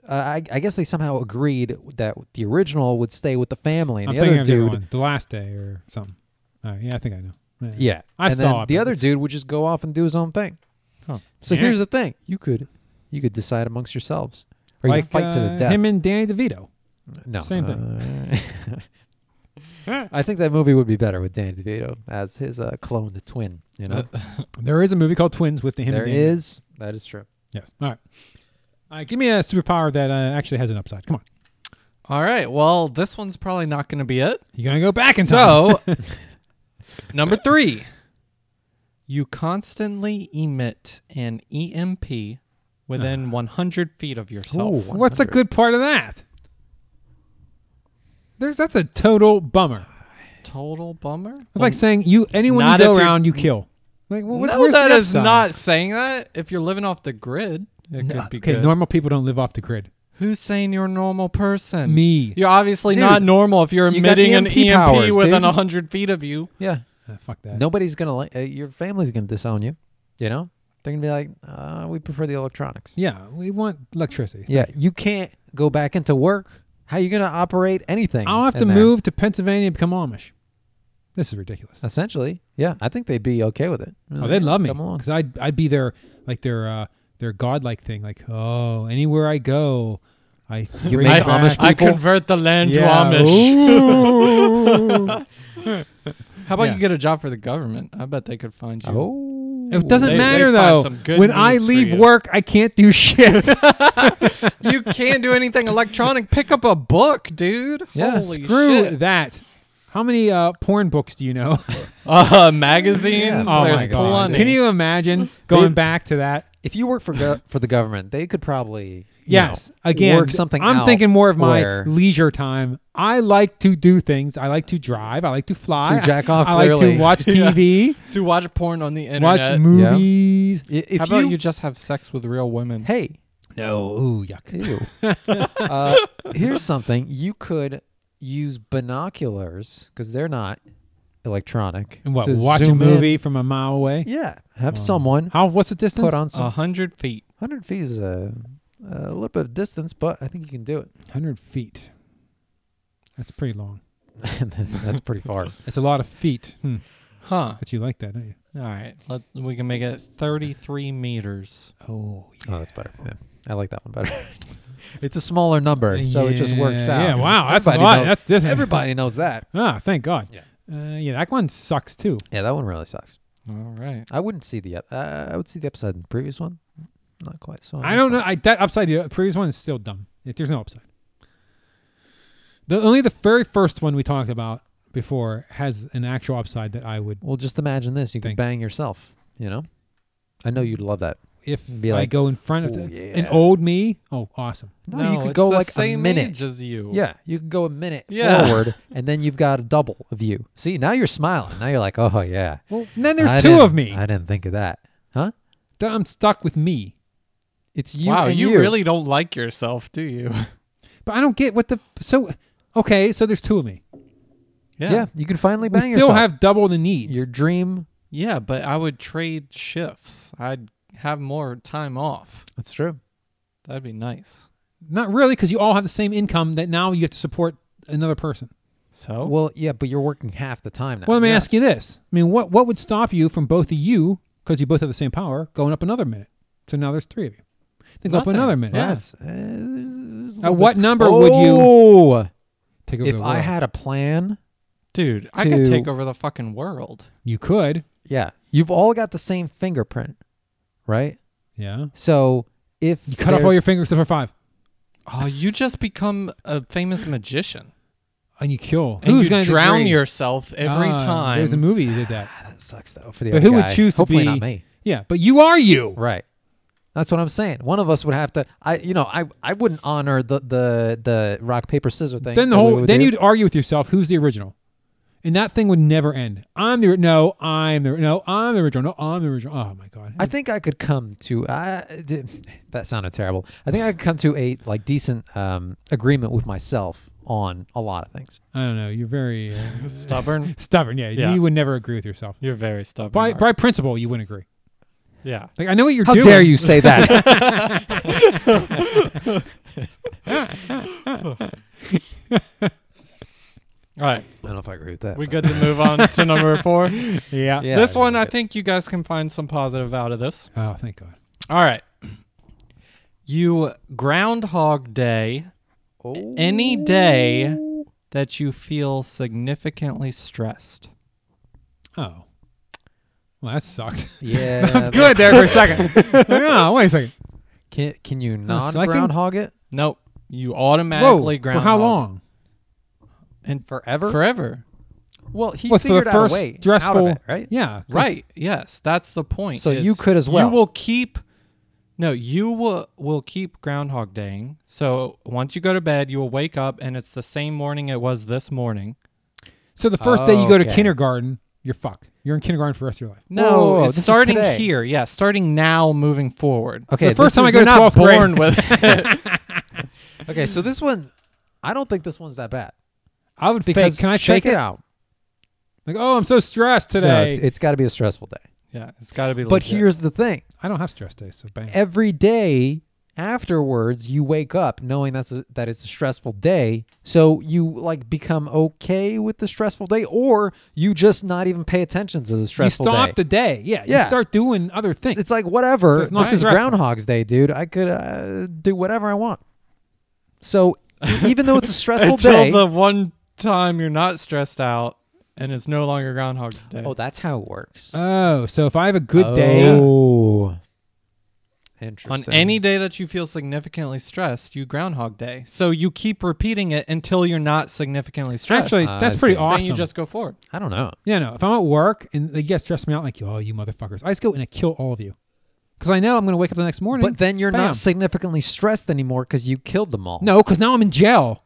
Uh, I, I guess they somehow agreed that the original would stay with the family, and I'm the thinking other of the, dude, other one, the last day or something. Uh, yeah, I think I know. yeah, I and saw then it, the but other it's- dude would just go off and do his own thing. Huh. So Yeah. here's the thing: you could, you could decide amongst yourselves, or you like could fight to the uh, death. Him and Danny DeVito. No. Same thing. I think that movie would be better with Danny DeVito as his uh, cloned twin. You know, Uh, There is a movie called Twins with the him. there and Danny. is that is true. Yes. All right. All right. Give me a superpower that uh, actually has an upside. Come on. All right. Well, this one's probably not going to be it. You're gonna go back in time. So, number three, you constantly emit an EMP within 100 feet of yourself. Ooh. what's a 100. good part of that? There's that's a total bummer. Total bummer. It's like saying you anyone you Um, not go if you're- around you kill. Like well, what, no, where's that the is upside? not uh, saying that. If you're living off the grid, it could be okay. good. Normal people don't live off the grid. Who's saying you're a normal person? Me. You're obviously Dude, not normal if you're you got emitting an EMP EMP powers, within dude. 100 feet of you. Yeah. Ah, fuck that. Nobody's gonna like uh, your family's gonna disown you. You know, they're gonna be like, uh, we prefer the electronics. Yeah, we want electricity. Yeah. You can't go back into work. How you gonna operate anything? I'll have in to there? move to Pennsylvania and become Amish. This is ridiculous. Essentially, yeah. I think they'd be okay with it. Oh, they'd love me Come along. because I'd I'd be their like their uh, their godlike thing. Like oh, anywhere I go, I you make Amish I people. convert the land Yeah. to Amish. Ooh. How about Yeah. you get a job for the government? I bet they could find you. Oh, it doesn't They- matter they find though. some good When I needs for leave you. work, I can't do shit. you can't do anything electronic. Pick up a book, dude. Yeah, Holy Screw shit. that. How many uh, porn books do you know? Uh, magazines. Oh There's my God. plenty. Can you imagine going back to that? if you work for go- for the government, they could probably you know, Yes. Again, work something. I'm out thinking more of my where- leisure time. I like to do things. I like to drive. I like to fly. To jack off, I, I like to clearly. watch Yeah. TV, to watch porn on the internet? watch movies. I- if How about you, you, just have sex with real women? hey No. Ooh, yuck. ew. uh, here's something you could use binoculars because they're not electronic. And what? to Watch a zoom in. movie from a mile away. Yeah, have someone How? uh. What's the distance? put on some A hundred feet. hundred feet is a, a little bit of distance, but I think you can do it. 100 feet. That's pretty long. And then That's pretty far. It's a lot of feet. Hmm. Huh. But you like that, don't you? All right. Let, we can make it 33 meters. Oh, Oh, that's better. Yeah, I like that one better. it's a smaller number, so it just works out. Yeah. Wow. That's a Everybody lot. knows- That's this. Everybody knows that. Ah, thank God. Yeah. Uh, yeah, that one sucks too. Yeah, that one really sucks. All right. I wouldn't see the up. Uh, I would see the upside in the previous one. not quite. So I don't know. I that upside the previous one is still dumb. It, there's no upside. The only the very first one we talked about before has an actual upside that I would Well, just imagine this: you could Think. bang yourself. You know, I know you'd love that. if Be I like, go in front of "Ooh, the, yeah." an old me. Oh, awesome! No, you could go the like same a minute. age as you. Yeah, you could go a minute Yeah. forward, and then you've got a double of you. See, now you're smiling. Now you're like, oh yeah. Well, and then there's I two didn't- of me. I didn't think of that. Huh? Then I'm stuck with me. It's you. wow, and you, you really don't like yourself, do you? But I don't get what the so. Okay, so there's two of me. Yeah. you can finally We bang still yourself. have double the needs. your dream. Yeah, but I would trade shifts. I'd have more time off. That's true. That'd be nice. Not really, because you all have the same income that now you have to support another person. So Well, yeah, but you're working half the time now. Well, let me Yeah. ask you this. I mean, what what would stop you from both of you, because you both have the same power, going up another minute? So now there's three of you. Then go Nothing. up another minute. Well, Yeah. that's- uh, there's- there's a At little what bit- number would you Oh, take over if the I world? had a plan, dude, I could to- take over the fucking world. you could. yeah, you've all got the same fingerprint, right? Yeah. So if You cut off all there's- your fingers except for five. Ah. Oh, you just become a famous magician. And you kill. And Who's you gonna drown degree? yourself every Ah, time. There's a movie that did that. Ah, that sucks though for the But other who would guy. choose to Hopefully be- not me. Yeah, but you are you. Right. That's what I'm saying. One of us would have to. I, you know, I, I wouldn't honor the the the rock paper scissors thing. Then the that we whole would then do. you'd argue with yourself who's the original. And that thing would never end. I'm the no, I'm the no, I'm the original. No, I'm the original. Oh my god. I think I could come to. I d- that sounded terrible. I think I could come to a like decent um, agreement with myself on a lot of things. I don't know. You're very uh, Stubborn. stubborn. Yeah, Yeah. you would never agree with yourself. You're very stubborn. By Mark. by principle, you wouldn't agree. yeah. Like I know what you're How doing. dare you say that? All right. I don't know if I agree with that. We but- good to move on to number four? Yeah. Yeah, this one, we're I good. think you guys can find some positive out of this. Oh, thank God. All right. You Groundhog Day Oh. any day that you feel significantly stressed. Oh. Well, that sucked. Yeah. That's good there for a second. yeah, wait a second. Can, can you non so I can- groundhog it Nope. You Whoa, automatically for groundhog. how long? And forever? forever. well, he Well, for the figured out first a way out of stressful- it, right? Yeah. 'cause- Right. Yes, that's the point. So is you could as well. You will keep. No, you will will keep Groundhog Daying. So once you go to bed, you will wake up and it's the same morning it was this morning. So the first day you go to Okay. kindergarten, you're fucked. You're in kindergarten for the rest of your life. No, Whoa, whoa, whoa, it's this is starting today. here. Yeah, starting now, moving forward. Okay. the first this time I is- go You're to not 12th grade. born with it. Okay, so this one, I don't think this one's that bad I would because fake. Can I check fake it it? out. Like, oh, I'm so stressed today. No, it's, it's got to be a stressful day. yeah, it's got to be. But legit. here's the thing: I don't have stress days, so bang. every day afterwards, you wake up knowing that's a, that it's a stressful day, so you like become okay with the stressful day, or you just not even pay attention to the you stressful stop day. the day. Yeah, Yeah. You start doing other things. it's like whatever. So it's not this is stressful. Groundhog's Day, dude. I could uh, do whatever I want. So e-, even though it's a stressful until day, the one time you're not stressed out and it's no longer Groundhog Day. oh, that's how it works. oh, so if I have a good day, Oh. on Interesting. any day that you feel significantly stressed, you Groundhog Day. So you keep repeating it until you're not significantly stressed. actually, Ah, I that's pretty see. awesome. then you just go forward. I don't know. Yeah, no. If I'm at work and they get stressed me out, like, oh, you motherfuckers, I just go and I kill all of you. Because I know I'm going to wake up the next morning. But then you're Bam. not significantly stressed anymore because you killed them all. no, because now I'm in jail.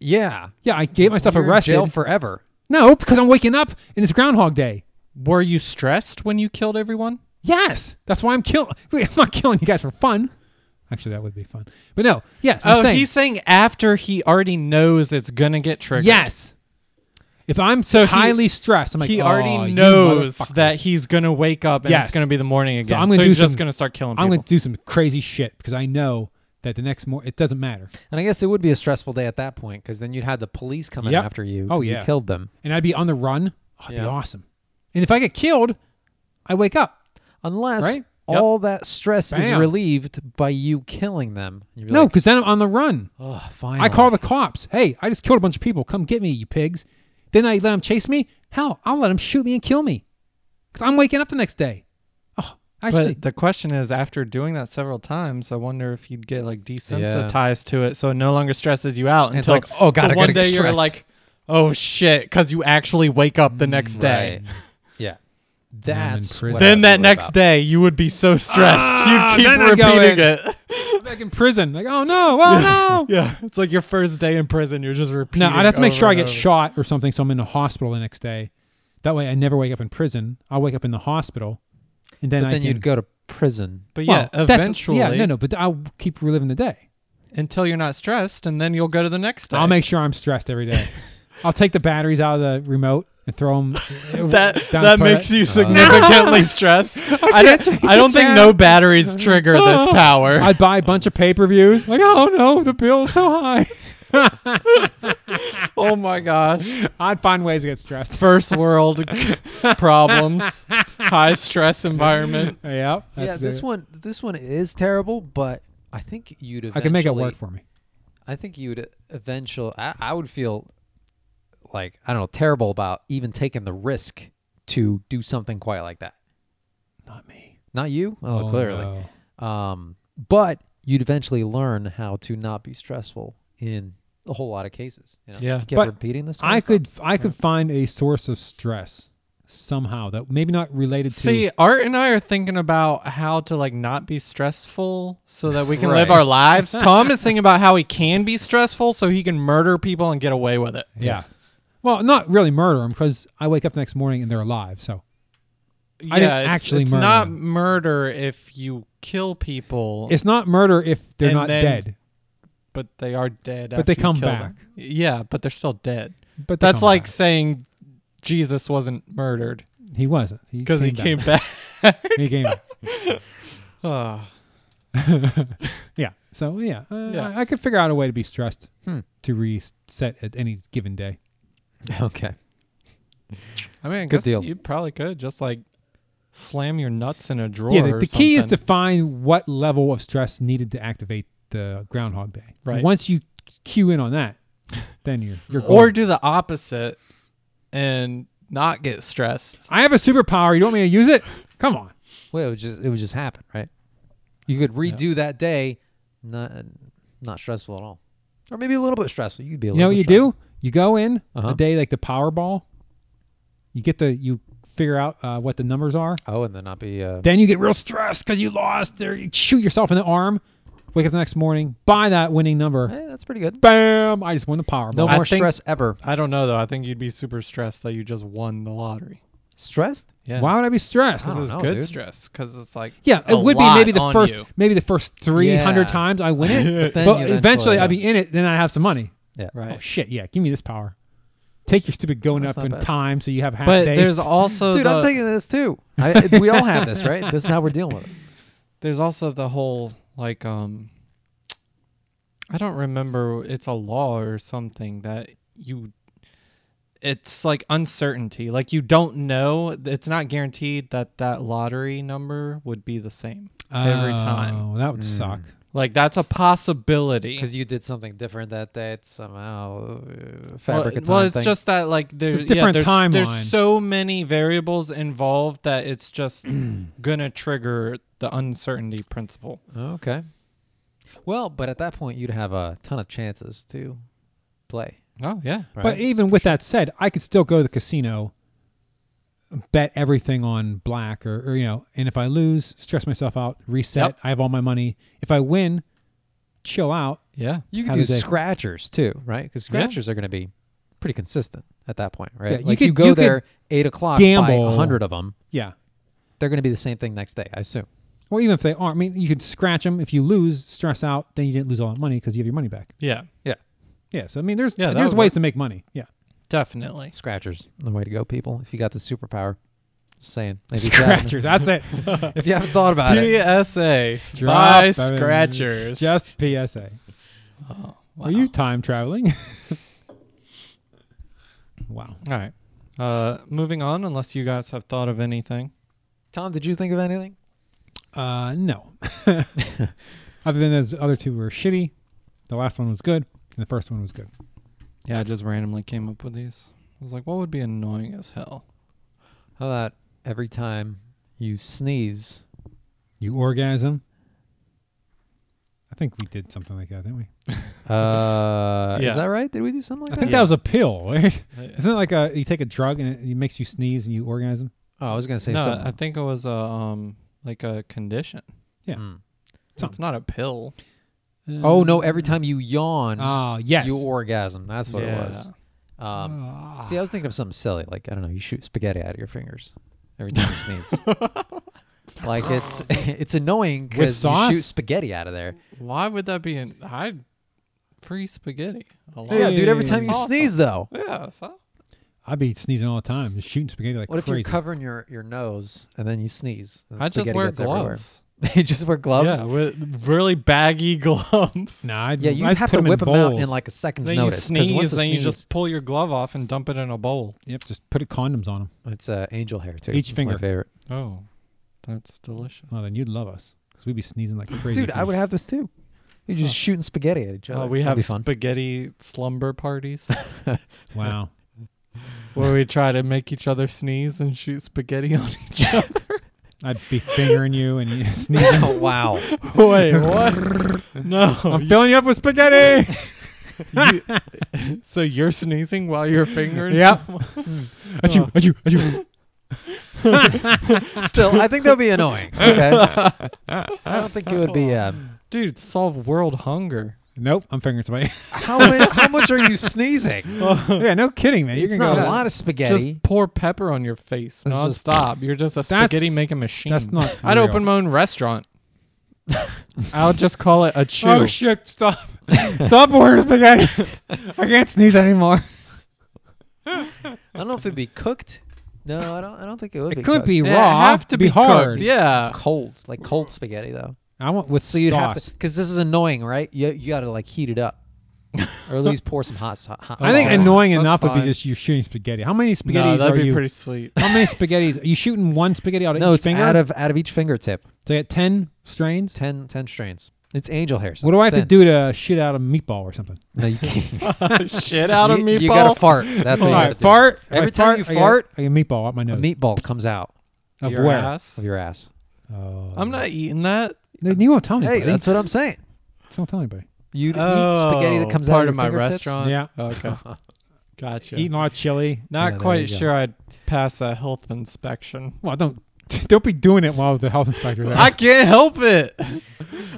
Yeah. Yeah, I gave myself You're in arrested. jail forever. no, because I'm waking up and it's Groundhog Day. Were you stressed when you killed everyone? Yes, that's why I'm killing. I'm not killing you guys for fun. Actually, that would be fun. But no, yes. I'm oh, saying, he's saying after he already knows it's gonna get triggered. yes. If I'm so he- highly stressed, I'm like, he "Oh, already you knows motherfuckers." that he's gonna wake up and Yes. it's gonna be the morning again. I'm gonna he's do just some- gonna start killing people. I'm going to do some crazy shit because I know that the next morning it doesn't matter, And I guess it would be a stressful day at that point because then you'd have the police coming Yep. after you. Oh, 'cause yeah. You killed them. and I'd be on the run. Oh, it'd Yeah. be awesome. And if I get killed, I wake up. Unless Right? Yep. all that stress is Bam. relieved by you killing them. You'd be No, Like, because then I'm on the run. oh, finally. I call the cops. Hey, I just killed a bunch of people. Come get me, you pigs. Then I let them chase me. Hell, I'll let them shoot me and kill me. Because I'm waking up the next day. Oh, Actually, but the question is, after doing that several times, I wonder if you'd get like desensitized Yeah. to it, so it no longer stresses you out. And it's until like, oh, God, I the gotta one get day you're stressed. like, oh shit, because you actually wake up the next Mm, day. Right. Yeah. I'm in That's prison. what I Then would that worry next about. day you would be so stressed, Ah, you'd keep then I go repeating in. it. I'm back in prison. Like, oh no, oh no. yeah, it's like your first day in prison. You're just repeating. No, I'd have to make over sure I and get Oh. over. shot or something, so I'm in the hospital the next day. That way, I never wake up in prison. I'll wake up in the hospital, and then But I then can, you'd go to prison. But Well, yeah, that's- eventually, Yeah, no, no. But I'll keep reliving the day. until you're not stressed, and then you'll go to the next day. I'll make sure I'm stressed every day. I'll take the batteries out of the remote and throw uh, them. that that makes Uh-huh. you significantly stressed. I don't, I don't think no batteries trigger this power. I'd buy a bunch of pay per views. Like, oh no, the bill's so high. oh my gosh. I'd find ways to get stressed. First world problems, high stress environment. yep. That's yeah, this good. one this one is terrible, but I think you'd eventually I can make it work for me. I think you would eventually. I, I would feel like I don't know, terrible about even taking the risk to do something quite like that. Not me. Not you, oh, clearly. no. Um, but you'd eventually learn how to not be stressful in a whole lot of cases. You know? Yeah. you kept But repeating this. sort I of stuff. could I could find a source of stress somehow that maybe not related to. See, uh, Art and I are thinking about how to like not be stressful so that we can live Right. our lives. Tom is thinking about how he can be stressful so he can murder people and get away with it. yeah. Well, not really murder them because I wake up the next morning and they're alive. So Yeah, I didn't it's, actually it's murder not them. murder if you kill people, it's not murder if they're And not then- dead. but they are dead. But they after you come kill back. them. Yeah, but they're still dead. But they That's come like back. saying Jesus wasn't murdered he wasn't because he back. came back. he came. back. Oh. Yeah. So yeah, uh, Yeah. I, I could figure out a way to be stressed Hmm. to reset at any given day. Okay. I mean, I Good guess deal. You probably could just like slam your nuts in a drawer. yeah. The, or the key is to something. find what level of stress needed to activate the Groundhog Day. Right. Once you cue in on that, then you're you're or golden. do the opposite and not get stressed. I have a superpower. You want me to use it? Come on. Well, it would just it would just happen, right? You could redo that day, not not stressful at all, or maybe a little bit stressful. You'd be a You know little what you bit stressful. do? You go in Uh-huh. a day like the Powerball. You get the you figure out uh, what the numbers are. Oh, and then not be. Uh, Then you get real stressed because you lost or you shoot yourself in the arm. Wake up the next morning, buy that winning number. eh, that's pretty good. Bam! I just won the Powerball. No I more think- stress ever. I don't know though. I think you'd be super stressed that you just won the lottery. Stressed? Yeah. Why would I be stressed? I don't This is know, good dude. stress because it's like Yeah, a it would be lot maybe the on first you. maybe the first three hundred Yeah. times I win it. But then but you eventually, eventually, I'd be in it. Then I have some money. Yeah. Oh shit! Yeah, give me this power. Take your stupid going That's up not in bad. time so you have half But days. there's also Dude, the, I'm taking this too. I, we all have this, right? This is how we're dealing with it. there's also the whole like um i don't remember it's a law or something that you it's like uncertainty like you don't know it's not guaranteed that that lottery number would be the same every time Oh, that Mm. would suck. like that's a possibility Because you did something different that day. It's somehow uh, well, fabric of time well, it's thing. just that like there's a different yeah, there's, timeline. There's so many variables involved that it's just gonna trigger the uncertainty principle. okay. Well, but at that point, you'd have a ton of chances to play. Oh yeah, Right? But even with that said, I could still go to the casino, bet everything on black or, or you know, and if I lose, stress myself out, reset. Yep. I have all my money. If I win, chill out. yeah. You How can do did they- scratchers too, right? Because Yeah. scratchers are going to be pretty consistent at that point, right? Yeah, you like you could- go you could there eight o'clock, buy gamble. a hundred of them. Yeah. They're going to be the same thing next day, I assume. Well, even if they aren't, I mean, you could scratch them. If you lose, stress out, then you didn't lose all that money because you have your money back. Yeah, Yeah. So I mean, there's Yeah, that there's would ways work. to make money. Yeah. definitely. Scratchers, the way to go, people. If you got the superpower, just saying. Maybe if you haven't- Scratchers. That's it. If you haven't thought about it, PSA Drop by them. Scratchers. Just PSA. Oh, Are you time traveling? wow. all right? Uh, moving on, unless you guys have thought of anything. Tom, did you think of anything? Uh, no. Other than those other two were shitty. The last one was good, and the first one was good. Yeah, I just randomly came up with these. I was like, what would be annoying as hell? How about every time you sneeze, You orgasm. I think we did something like that, didn't we? Uh, Yeah. Is that right? Did we do something I like that? think that was a pill, right? Uh, Isn't it like a you take a drug and it, it makes you sneeze and you orgasm? Oh, I was gonna say No, something. I think it was a um like a condition. Yeah. Mm. It's not a pill. oh no! Every time you yawn, Ah, yes. you orgasm. That's what Yeah. it was. Um, Ah. see, I was thinking of something silly, like I don't know, you shoot spaghetti out of your fingers every time you sneeze. like it's it's annoying because you sauce? shoot spaghetti out of there. Why would that be in? I free spaghetti. A lot. Yeah, dude. Every Hey. time you Awesome. sneeze, though, Yeah, so I'd be sneezing all the time, just shooting spaghetti like what if crazy. you're covering your your nose and then you sneeze? and I just spaghetti wear gets everywhere? gloves. you just wear gloves. Yeah, with really baggy gloves. nah, I'd, Yeah, you I'd would have put to 'em in whip them out in bowls. like a second's Then notice. 'cause you sneeze, once a then you sneeze- just pull your glove off and dump it in a bowl. Yep, just put condoms on them. It's uh, angel hair too. Each It's finger. my favorite. Oh, that's delicious. Well, then you'd love us because we'd be sneezing like crazy. Dude, I would have this too. You're just shooting spaghetti at each other. Oh, we That'd be have fun. spaghetti slumber parties Wow. where we try to make each other sneeze and shoot spaghetti on each other. I'd be fingering you and you sneezing. oh wow! Wait, what? No, I'm filling you up with spaghetti. You- so you're sneezing while you're fingering? Yep. someone? achoo, achoo, achoo. Still, I think that'd be annoying. Okay. I don't think it would be. Uh, Dude, solve world hunger. Nope, I'm fingering somebody. how many, how much are you sneezing? yeah, no kidding, man. You're it's gonna not go a down. lot of spaghetti. Just pour pepper on your face This is- nonstop. You're just a spaghetti making machine. that's not I'd real. open my own restaurant. I'll just call it a chew. Oh shit! Stop! stop ordering spaghetti. I can't sneeze anymore. I don't know if it'd be cooked. No, I don't. I don't think it would. It be could cooked. be It'd raw. have to It'd be, cooked, hard. Yeah. cold, like cold spaghetti though. I want with So you'd sauce. have to, because this is annoying, right? You you gotta like heat it up, or at least pour some hot sauce. Hot I think sauce on it. annoying That's enough would fine. be just you shooting spaghetti. How many No, spaghettis that'd are be you? pretty sweet. how many spaghettis are you shooting? One spaghetti out of No, each it's finger. out of out of each fingertip. so you got ten strains. 10, 10 strains. It's angel hair. so What do it's I have thin. to do to shit out a meatball or something? No, you can't. Shit out of you, meatball. You gotta fart. That's All what you right, gotta fart. If Every I time you I get- fart- I get, meatball up my do. A nose. meatball comes out of Your where? ass. of your ass. Oh. I'm not eating that. No, You won't tell anybody. Hey, that's what I'm saying. Don't tell anybody. You Oh, eat spaghetti that comes out part of, of my your fingertips? restaurant. Oh, Yeah. Okay. Gotcha. Eating a lot of chili. Yeah, Not there quite you go. sure I'd pass a health inspection. Well, don't don't be doing it while the health inspector's there. I can't help it.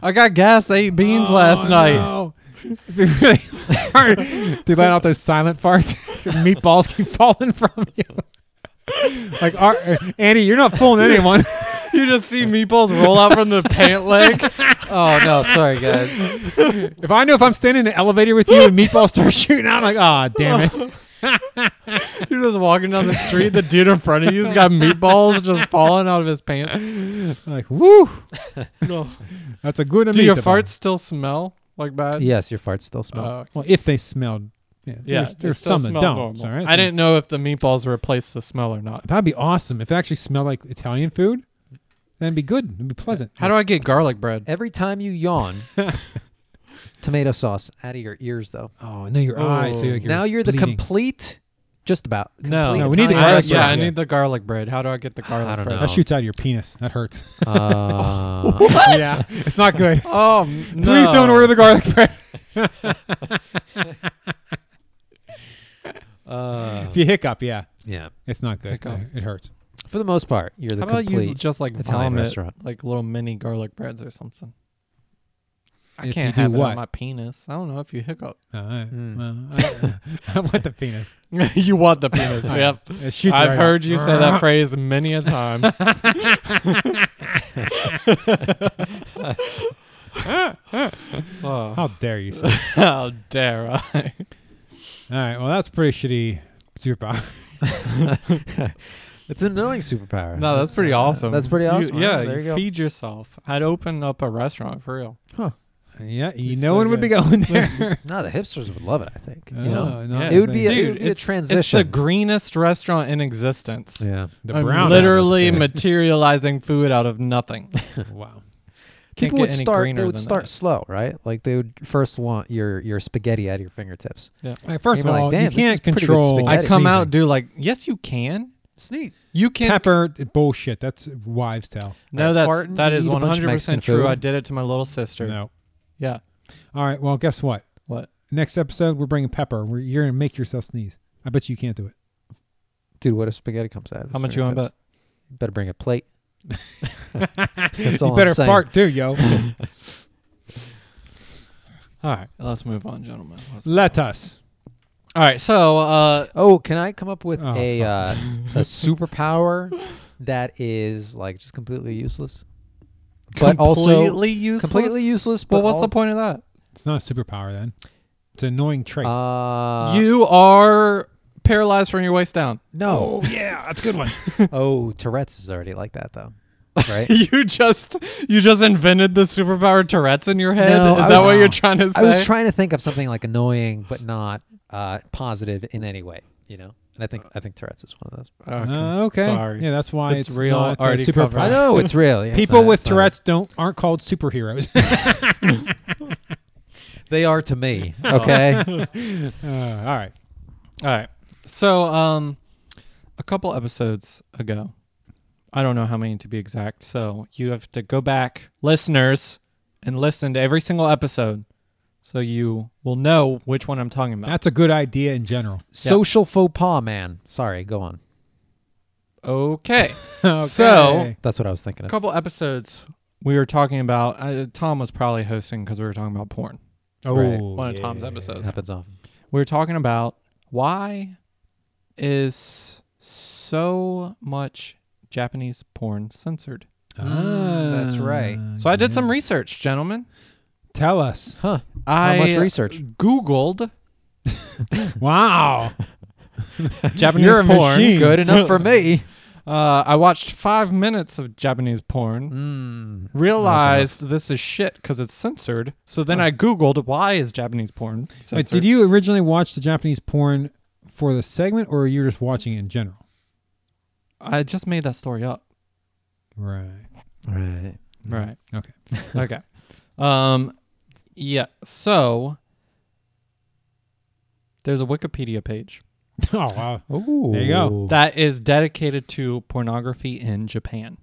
I got gas. I ate beans Oh, last night. It'd be really hard to let out those silent farts. Your meatballs keep falling from you. like, our, Andy, you're not fooling anyone. You just see meatballs roll out from the pant leg. Oh no, sorry guys. if I know if I'm standing in an elevator with you and meatballs start shooting out, I'm like, ah, damn it. You're just walking down the street. The dude in front of you's got meatballs just falling out of his pants. I'm like, woo, No. that's a good Do your meatball. farts still smell like bad? yes, your farts still smell. Oh, Well, if they smelled, yeah, yeah. there's, they there's still some that smell don't. normal. All right, I didn't know if the meatballs replaced the smell or not. That'd be awesome if it actually smelled like Italian food. That'd be good. It'd be pleasant. How do I get garlic bread? Every time you yawn, tomato sauce out of your ears though. Oh, no, your Oh. eyes. So you're like, now you're the bleeding. complete just about No, complete No, we need the Italian I, garlic restaurant. yeah, I bread. need the garlic bread. How do I get the garlic don't bread? know. That shoots out of your penis. That hurts. Uh, yeah, it's not good. Oh, m- no. Please don't order the garlic bread. uh, If you hiccup, yeah, yeah. it's not good. Uh, Hiccup. It hurts. For the most part, you're the How about you complete just like Italian vomit restaurant. like little mini garlic breads or something? I If can't you do have it what? on my Hmm. penis. I don't know if you hiccup. Uh, I- Mm. well, I, I want the penis. you want the penis. yep. It shoots I've right heard out. you say that phrase many a time. oh, How dare you? Say. how dare I? All right. Well, that's pretty shitty superpower. it's an annoying superpower. No, that's pretty uh, awesome. That's pretty You- awesome. yeah, there you you go. feed yourself. I'd open up a restaurant for real. yeah, you, It's no so one would be going there. No, the hipsters would love it. I think. You know, Oh, no, Yeah. it would be a, Dude, it would be a it's- It's transition. the greenest restaurant in existence. yeah. the I'm brown. literally Yeah. materializing food out of nothing. Wow. Can't People would get any start. greener They would than start that. slow, right? Like they would first want your your spaghetti out of your fingertips. All right, first You're of like, all, "Damn, you this is can't pretty good control. spaghetti." I That come sneezing. out, do like, yes, you can. Sneeze. You can Pepper bullshit. That's wives' tale. No, that's Fart that and is eat a bunch one of hundred Mexican percent true. food. I did it to my little sister. No. Yeah. All right. Well, guess what? What? Next episode, we're bringing Pepper. We're, you're gonna make yourself sneeze. I bet you can't do it. Dude, what if spaghetti comes out? of How his much you want to bet? fingertips? Better bring a plate. That's all you I'm better saying. fart too, yo. All right, let's move on, gentlemen. Mm. Let's- Let us. All right, so uh, Oh, can I come up with Oh, a fuck. uh, a superpower that is like just completely useless, but also completely useless. completely useless? Well, But what's al- the point of that? It's not a superpower then. It's an annoying trait. Uh, you are paralyzed from your waist down. no. yeah, that's a good one. Oh, Tourette's is already like that though, right? you just you just invented the superpower Tourette's in your head. No, is I that was- what you're trying to say? I was trying to think of something like annoying but not uh, positive in any way, you know. And I Uh, think I think Tourette's is one of those. Okay. Uh, okay. Sorry. Yeah, that's why It's it's, real, Not a already superpower. covered. I I know it's real. yeah, it's People not- with it's not- Tourette's don't aren't called superheroes. they are to me. Oh, Okay. Uh, all right. All right. So, um, a couple episodes ago, I don't know how many to be exact. So you have to go back, listeners, and listen to every single episode, so you will know which one I'm talking about. That's a good idea in general. Social faux pas, man. Sorry, go on. okay. Okay. So- That's what I was thinking a of. couple episodes we were talking about. Uh, Tom was probably hosting because we were talking about porn. oh, Right. One of Tom's yeah. episodes. happens often. we were talking about why is so much Japanese porn censored. Ah, that's right. So I did yeah. some research, gentlemen. Tell us. Huh. I much research? Googled Wow. Japanese You're a porn. machine. Good enough for me. Uh, I watched five minutes of Japanese porn. Mm. Realized this is shit because it's censored. So then I Googled why is Japanese porn censored. Wait, did you originally watch the Japanese porn for the segment, or you were just watching it in general? I just made that story up. Right. Right. Mm. Right. Okay. okay. Um, yeah. So there's a Wikipedia page Oh wow. Ooh. There you go. that is dedicated to pornography in Japan.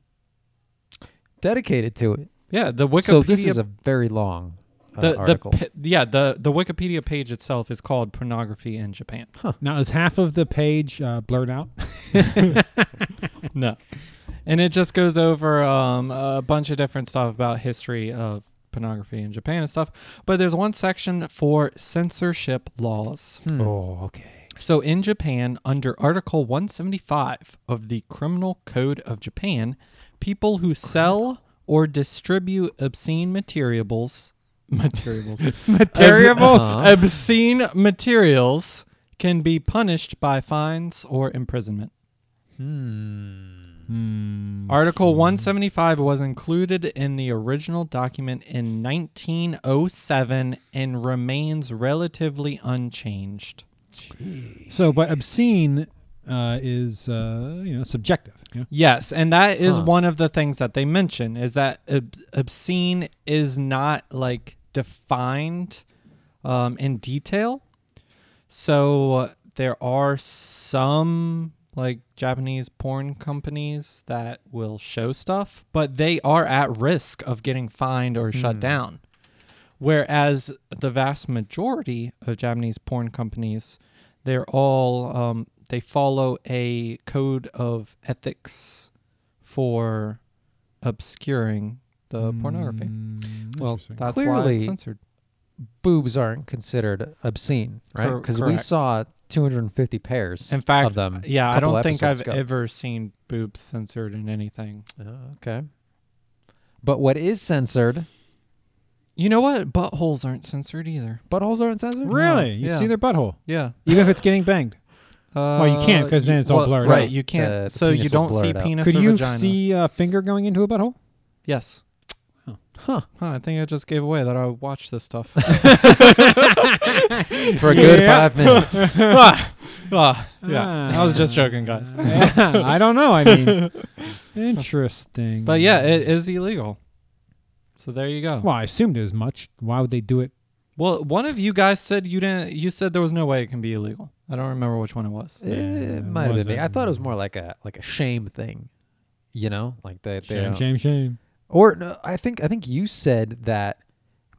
Dedicated to it. Yeah, the Wikipedia. So this is a very long uh, the, the article. pa- yeah the the Wikipedia page itself is called pornography in Japan. Now is half of the page uh, blurred out? no, and it just goes over um, a bunch of different stuff about history of pornography in Japan and stuff. But there's one section for censorship laws. Hmm. Oh, okay. So in Japan, under Article 175 of the Criminal Code of Japan, people who sell or distribute obscene materials, materials, Material? Uh-huh. obscene materials can be punished by fines or imprisonment. Article 175 was included in the original document in 1907 and remains relatively unchanged. So, but obscene uh, is uh, you know subjective. You know? Yes, and that is Huh. one of the things that they mention is that ob- obscene is not like defined um, in detail. So uh, there are some like Japanese porn companies that will show stuff, but they are at risk of getting fined or shut down. Whereas the vast majority of Japanese porn companies, they're all um, they follow a code of ethics for obscuring the Uh, pornography. Mm, Well, interesting. That's why it's Clearly, censored. Boobs aren't considered obscene, right? Cor- Because we correct. saw 250 pairs In fact, of them. yeah, a I couple don't think episodes I've ago. ever seen boobs censored in anything. Oh, okay. But what is censored? You know what? Buttholes aren't censored either. Buttholes aren't censored. really, you yeah. see their butthole, Yeah. even if it's getting banged. Well, you can't, 'cause then it's all blurred Right, out. you can't. The- the so you penis will don't blur see it out. penis Could or you vagina. see a finger going into a butthole? Yes. Huh. Huh, I think I just gave away that I watch this stuff. For a good five minutes. Ah, ah, yeah, I was just Ah. joking, guys. Yeah, I don't know. I mean, interesting. But yeah, it Mm. is illegal. So there you go. Well, I assumed as much. Why would they do it? Well, one of you guys said you didn't. You said there was no way it can be illegal. I don't remember which one it was. Eh, it it might have was been me. a- I thought it was more like a like a shame thing, you know, like they, they Shame, don't- shame, shame. Or no, I think I think you said that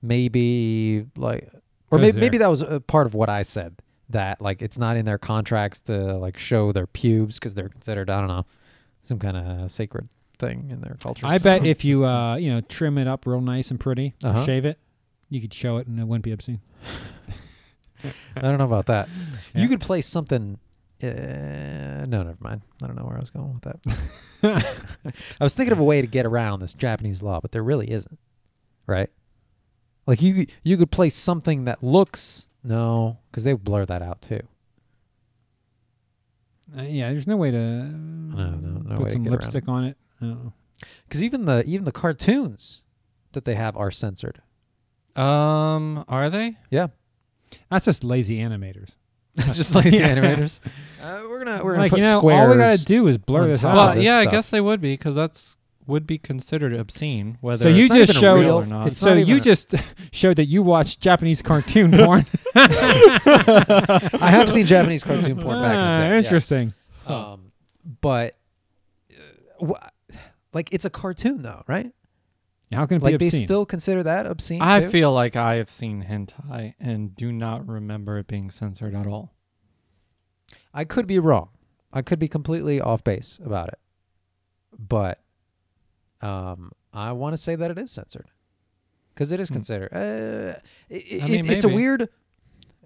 maybe like or Goes maybe, maybe there. that was a part of what I said that like it's not in their contracts to like show their pubes because they're considered I don't know some kind of sacred thing in their culture. I bet if you uh you know trim it up real nice and pretty, or Uh-huh. shave it, you could show it and it wouldn't be obscene. I don't know about that. Yeah. You could play something. Uh, no, never mind. I don't know where I was going with that. I was thinking of a way to get around this Japanese law, but there really isn't, right? Like you, could- you could play something that looks no, because they would blur that out too. Uh, yeah, there's no way to no, no put way to some get around it. lipstick on it. I don't know. Because even the even the cartoons that they have are censored. Um, are they? Yeah, That's just lazy animators. it's just lazy Yeah. animators. Uh, we're gonna we're gonna like put you know, squares. all we gotta do is blur on this top. out. Oh, well, this yeah, I stuff. guess they would be because that's would be considered obscene. Whether So you it's not just even showed, real- or not. it's so not even you a- just showed that you watch Japanese cartoon porn. I have seen Japanese cartoon porn back in the Ah, day. yes. interesting. Um, but uh, wha- like it's a cartoon though, right? How can it Like be they obscene? still consider that obscene. I too? feel like I have seen hentai and do not remember it being censored at all. I could be wrong. I could be completely off base about it, but um, I want to say that it is censored because it is Hmm. considered. Uh, i- i- I mean, it- it's a maybe. weird.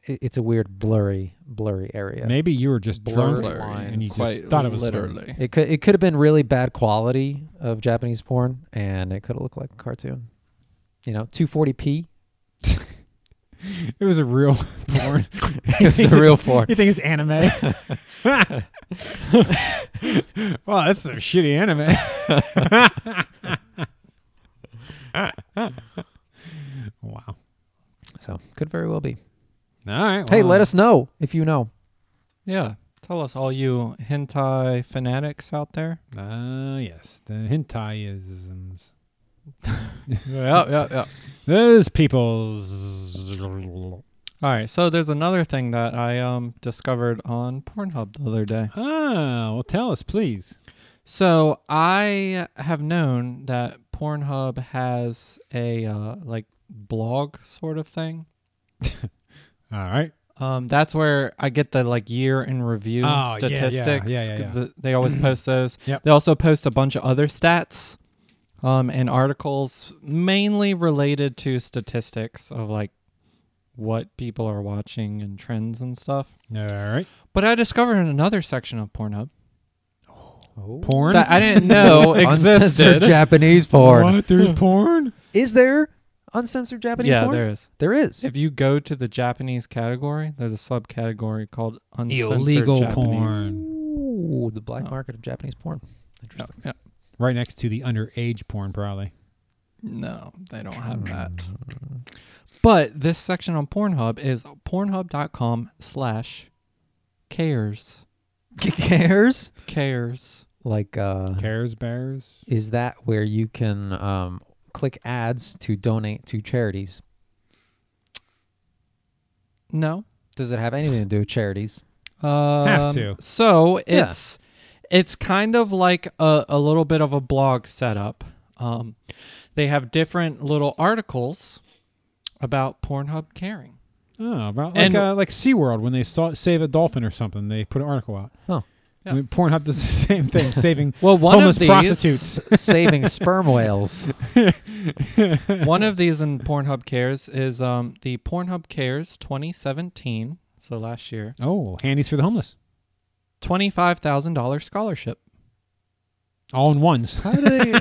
i- It's a weird blurry, blurry area. Maybe you were just Blurred drunk lines. and you just Quite thought it was blurred. literally. It could it could have been really bad quality of Japanese porn, and it could have looked like a cartoon. You know, 240p. It was a real porn. It's a real porn. You think it's anime? wow, that's some shitty anime. wow. All So could very well be. right. Hey, well, let us know if you know. Yeah, tell us all you hentai fanatics out there. Ah, yes. The hentai yeah, yeah, yeah. Those people's. All right, so there's another thing that I um discovered on Pornhub the other day. Ah, well, tell us, please. So I have known that Pornhub has a uh, like blog sort of thing. All right. Um, that's where I get the like year in review Oh, yeah, yeah, statistics. yeah, yeah, yeah. The- they always post those. Yep. They also post a bunch of other stats um, and articles, mainly related to statistics of like what people are watching and trends and stuff. All right. But I discovered in another section of Pornhub Porn? that I didn't know Uncensored existed. Japanese porn. What? There's porn? Is there uncensored Japanese yeah, porn? there is. there is. If you go to the Japanese category, there's a subcategory called uncensored Illegal Japanese. porn. Ooh, the black Oh. market of Japanese porn. Yeah, Interesting. yeah. Right next to the underage porn, probably. No, they don't have that. But this section on Pornhub is pornhub.com slash cares. Cares? Cares. Like, uh, Cares bears. is that where you can um, click ads to donate to charities? No. Does it have anything to do with charities? Um, to. So Yeah. it's it's kind of like a, a little bit of a blog setup. Um, they have different little articles about Pornhub caring. Oh, about like And- uh, like SeaWorld when they saw, save a dolphin or something, they put an article out. Oh. I mean, Pornhub does the same thing, saving Well, one homeless of these, prostitutes. Saving sperm whales. one of these in Pornhub Cares is um, the Pornhub Cares 2017, so last year, Oh, handies for the homeless, $25,000 scholarship. all in ones. How do they?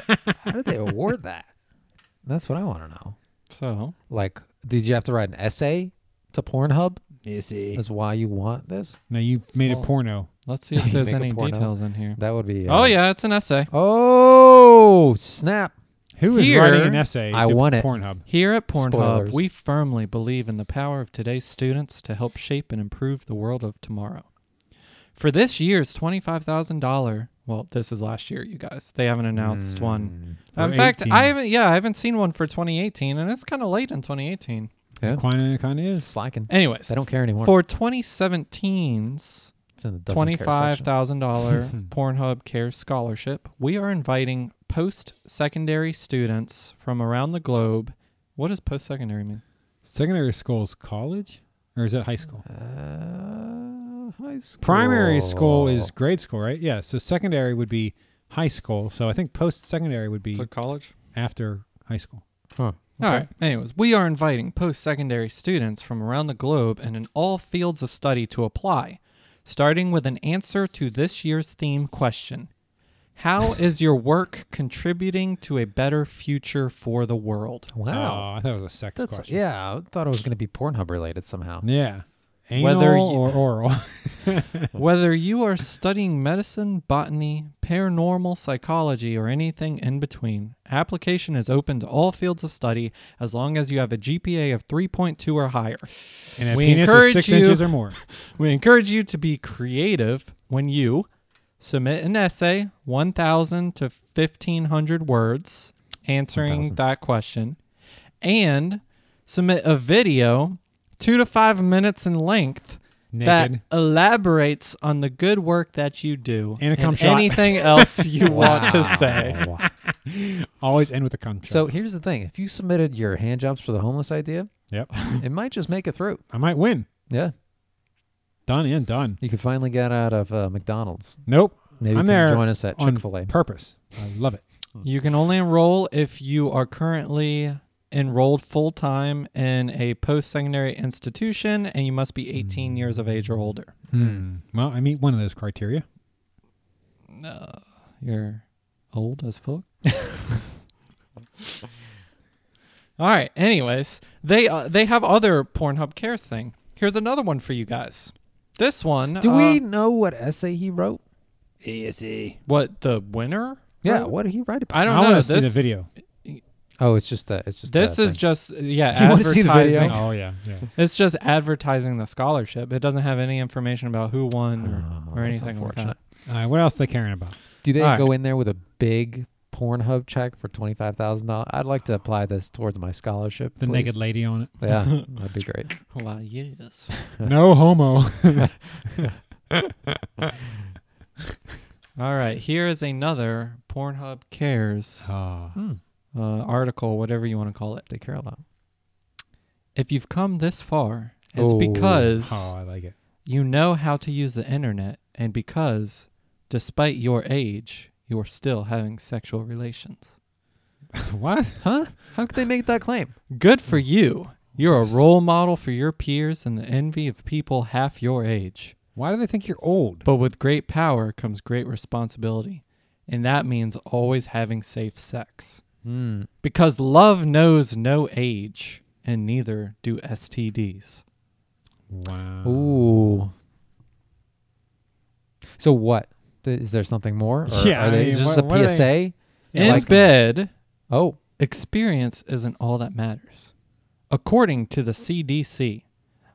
how do they award that? That's what I want to know. So, Like, did you have to write an essay to Pornhub? Missy. Is why you want this? Now you made Well- a porno. let's see if You there's make a any porno? details in here. That would be. Oh, uh, yeah, it's an essay. Oh snap! Who is Here- writing an essay? I to want it. Pornhub. Here at Pornhub, Spoilers. we firmly believe in the power of today's students to help shape and improve the world of tomorrow. For this year's $25,000, well, this is last year, you guys. They haven't announced Hmm. one. For Mm, In fact, 18. I haven't, yeah, I haven't seen one for 2018, and it's kind of late in 2018. Yeah. Quine kind of is. Slacking. Anyways, They don't care anymore. for 2017's It's in the doesn't care twenty-five section. thousand dollar Pornhub Cares Scholarship. We are inviting post-secondary students from around the globe. What does post-secondary mean? Secondary school is college, or is that high school? Uh, high school. Primary school is grade school, right? Yeah. So secondary would be high school. So I think post-secondary would be So college. after high school. All right. Anyways, we are inviting post-secondary students from around the globe and in all fields of study to apply, starting with an answer to this year's theme question. How is your work contributing to a better future for the world? Wow. Oh, I thought it was a sex That's, question. yeah, I thought it was going to be Pornhub related somehow. Yeah. Anal Whether you- or oral. Whether you are studying medicine, botany, paranormal psychology, or anything in between, application is open to all fields of study as long as you have a GPA of 3.2 or higher. and a We penis encourage is six you- inches or more. We encourage you to be creative when you submit an essay, 1,000 to 1,500 words, answering 1,000. that question, and submit a video, two to five minutes in length, Naked. that elaborates on the good work that you do And a cum shot. anything else you want to say. Wow. Always end with a cum shot. So here's the thing: if you submitted your hand jobs for the homeless idea, Yep. it might just make it through. I might win. Yeah, Done and done. you could finally get out of uh, McDonald's. Nope. Maybe I'm you can there join us at on Chick Fil A. Purpose. I love it. You can only enroll if you are currently enrolled full time in a post secondary institution and you must be 18 years of age or older. Hmm. Well, I meet one of those criteria. You're old as fuck. All right. Anyways, they uh, they have other Pornhub Cares thing. Here's another one for you guys. This one. Do uh, we know what essay he wrote? What the winner? Yeah, wrote? what did he write about? I don't I know. want to This see the video. Oh, it's just that. It's just This the is thing. just yeah, You wanna see the video? advertising. Oh yeah, yeah. It's just advertising the scholarship. It doesn't have any information about who won Oh, or, or that's anything like unfortunate. that. All right, what else they caring about? Do they All right. go in there with a big Pornhub check for twenty five thousand dollars? I'd like to apply this towards my scholarship. The please. naked lady on it. Yeah, that'd be great. Well, yes. no homo. All right. Here is another Pornhub Cares Ah. Hmm. uh, article, whatever you want to call it. They care a lot. If you've come this far, it's Oh. because oh, I like it. you know how to use the internet and because, despite your age, you are still having sexual relations. what? Huh? How could they make that claim? Good for Mm. you. You're a role model for your peers and the envy of people half your age. Why do they think you're old? But with great power comes great responsibility, and that means always having safe sex. Hmm. Because love knows no age, and neither do STDs. Wow. Ooh. So what? Th- Is there something more? Or Yeah, Are I they mean, is this what- what are a they- PSA? In Like- bed, Oh, experience isn't all that matters. According to the CDC,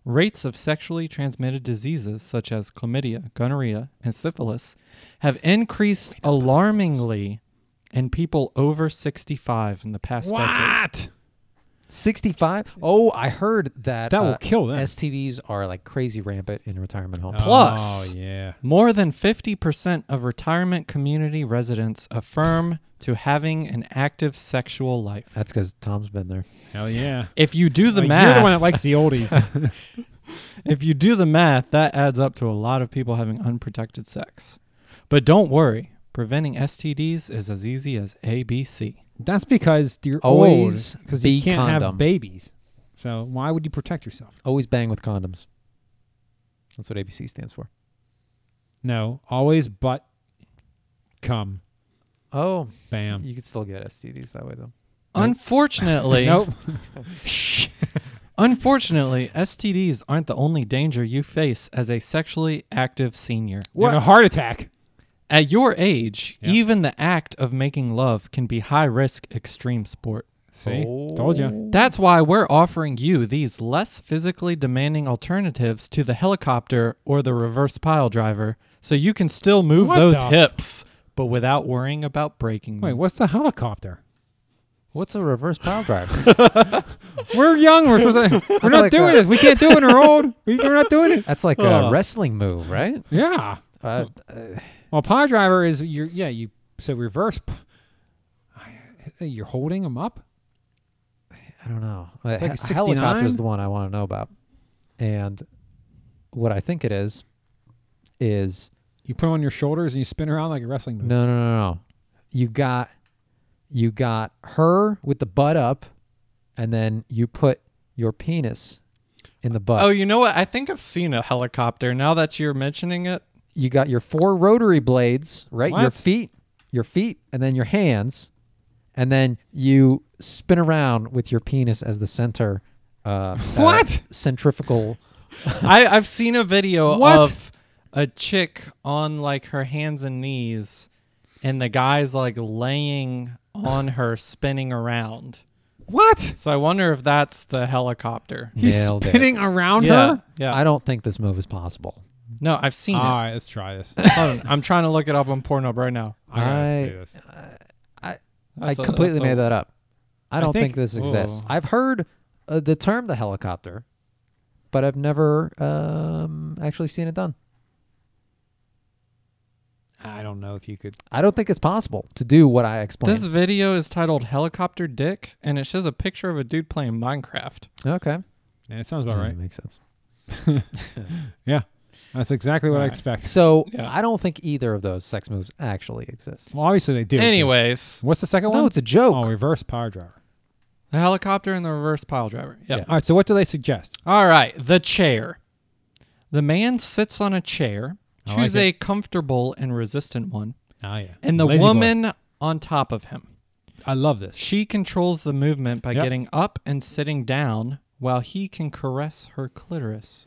rates of sexually transmitted diseases such as chlamydia, gonorrhea, and syphilis have increased alarmingly in people over 65 in the past decade. What? 65? Oh, I heard that That uh, will kill them. STDs are like crazy rampant in retirement homes. Plus- Oh yeah. More than 50% of retirement community residents affirm to having an active sexual life. That's because Tom's been there. Hell yeah. If you do the Like, math, You're the one that likes the oldies. if you do the math, that adds up to a lot of people having unprotected sex. But don't worry, preventing STDs is as easy as ABC. That's because you're Always old because be you can't condom. have babies. So why would you protect yourself? Always bang with condoms. That's what ABC stands for. No, always butt come Oh, bam. you could still get STDs that way though. Unfortunately, Nope. unfortunately, STDs aren't the only danger you face as a sexually active senior. What? a heart attack. At your age, Yeah. even the act of making love can be high risk extreme sport. See, Oh. told you. That's why we're offering you these less physically demanding alternatives to the helicopter or the reverse pile driver so you can still move What those the- hips but without worrying about breaking them. Wait, what's the helicopter? What's a reverse pile driver? We're young. We're supposed to, we're not like doing a- this. We can't do it. We're old. We, we're not doing it. That's like Oh. a wrestling move, right? Yeah. Uh, uh, Well, pile driver is you. Yeah, you. So reverse. p- I- You're holding them up. I don't know. It's like a helicopter 69? is the one I want to know about. And what I think it is is You put 'em on your shoulders and you spin around like a wrestling move. no, no, no, no. You got you got her with the butt up, and then you put your penis in the butt. Oh, you know what? I think I've seen a helicopter now that you're mentioning it. you got your four rotary blades, right? Your What? feet, your feet, and then your hands, and then you spin around with your penis as the center. Uh, What? Uh, centrifugal. I, I've seen a video What? of a chick on like her hands and knees, and the guy's like laying on her, spinning around. What? So I wonder if that's the helicopter. He's Nailed it. spinning around yeah, her. yeah. I don't think this move is possible. no, I've seen All it. right, let's try this. Hold on, I'm trying to look it up on Pornhub right now. I gotta see I- this. That's I a- completely that's a- made that up. I don't think, think- this exists. Whoa. I've heard uh, the term the helicopter, but I've never um, actually seen it done. I don't know if you could. I don't think it's possible to do what I explained. This video is titled "Helicopter Dick" and it shows a picture of a dude playing Minecraft. okay, Yeah, it sounds about Yeah, right. makes sense. Yeah, that's exactly what I Alright. expect. So Yeah. I don't think either of those sex moves actually exist. Well, obviously they do. 'cause- Anyways, what's the second one? No, it's a joke. Oh, reverse power driver. the helicopter and the reverse pile driver. Yep. All right. So what do they suggest? All right, the chair. The man sits on a chair. I Choose like a comfortable and resistant one. Oh yeah. And the Lazy boy. woman on top of him. I love this. She controls the movement by Yep. getting up and sitting down while he can caress her clitoris.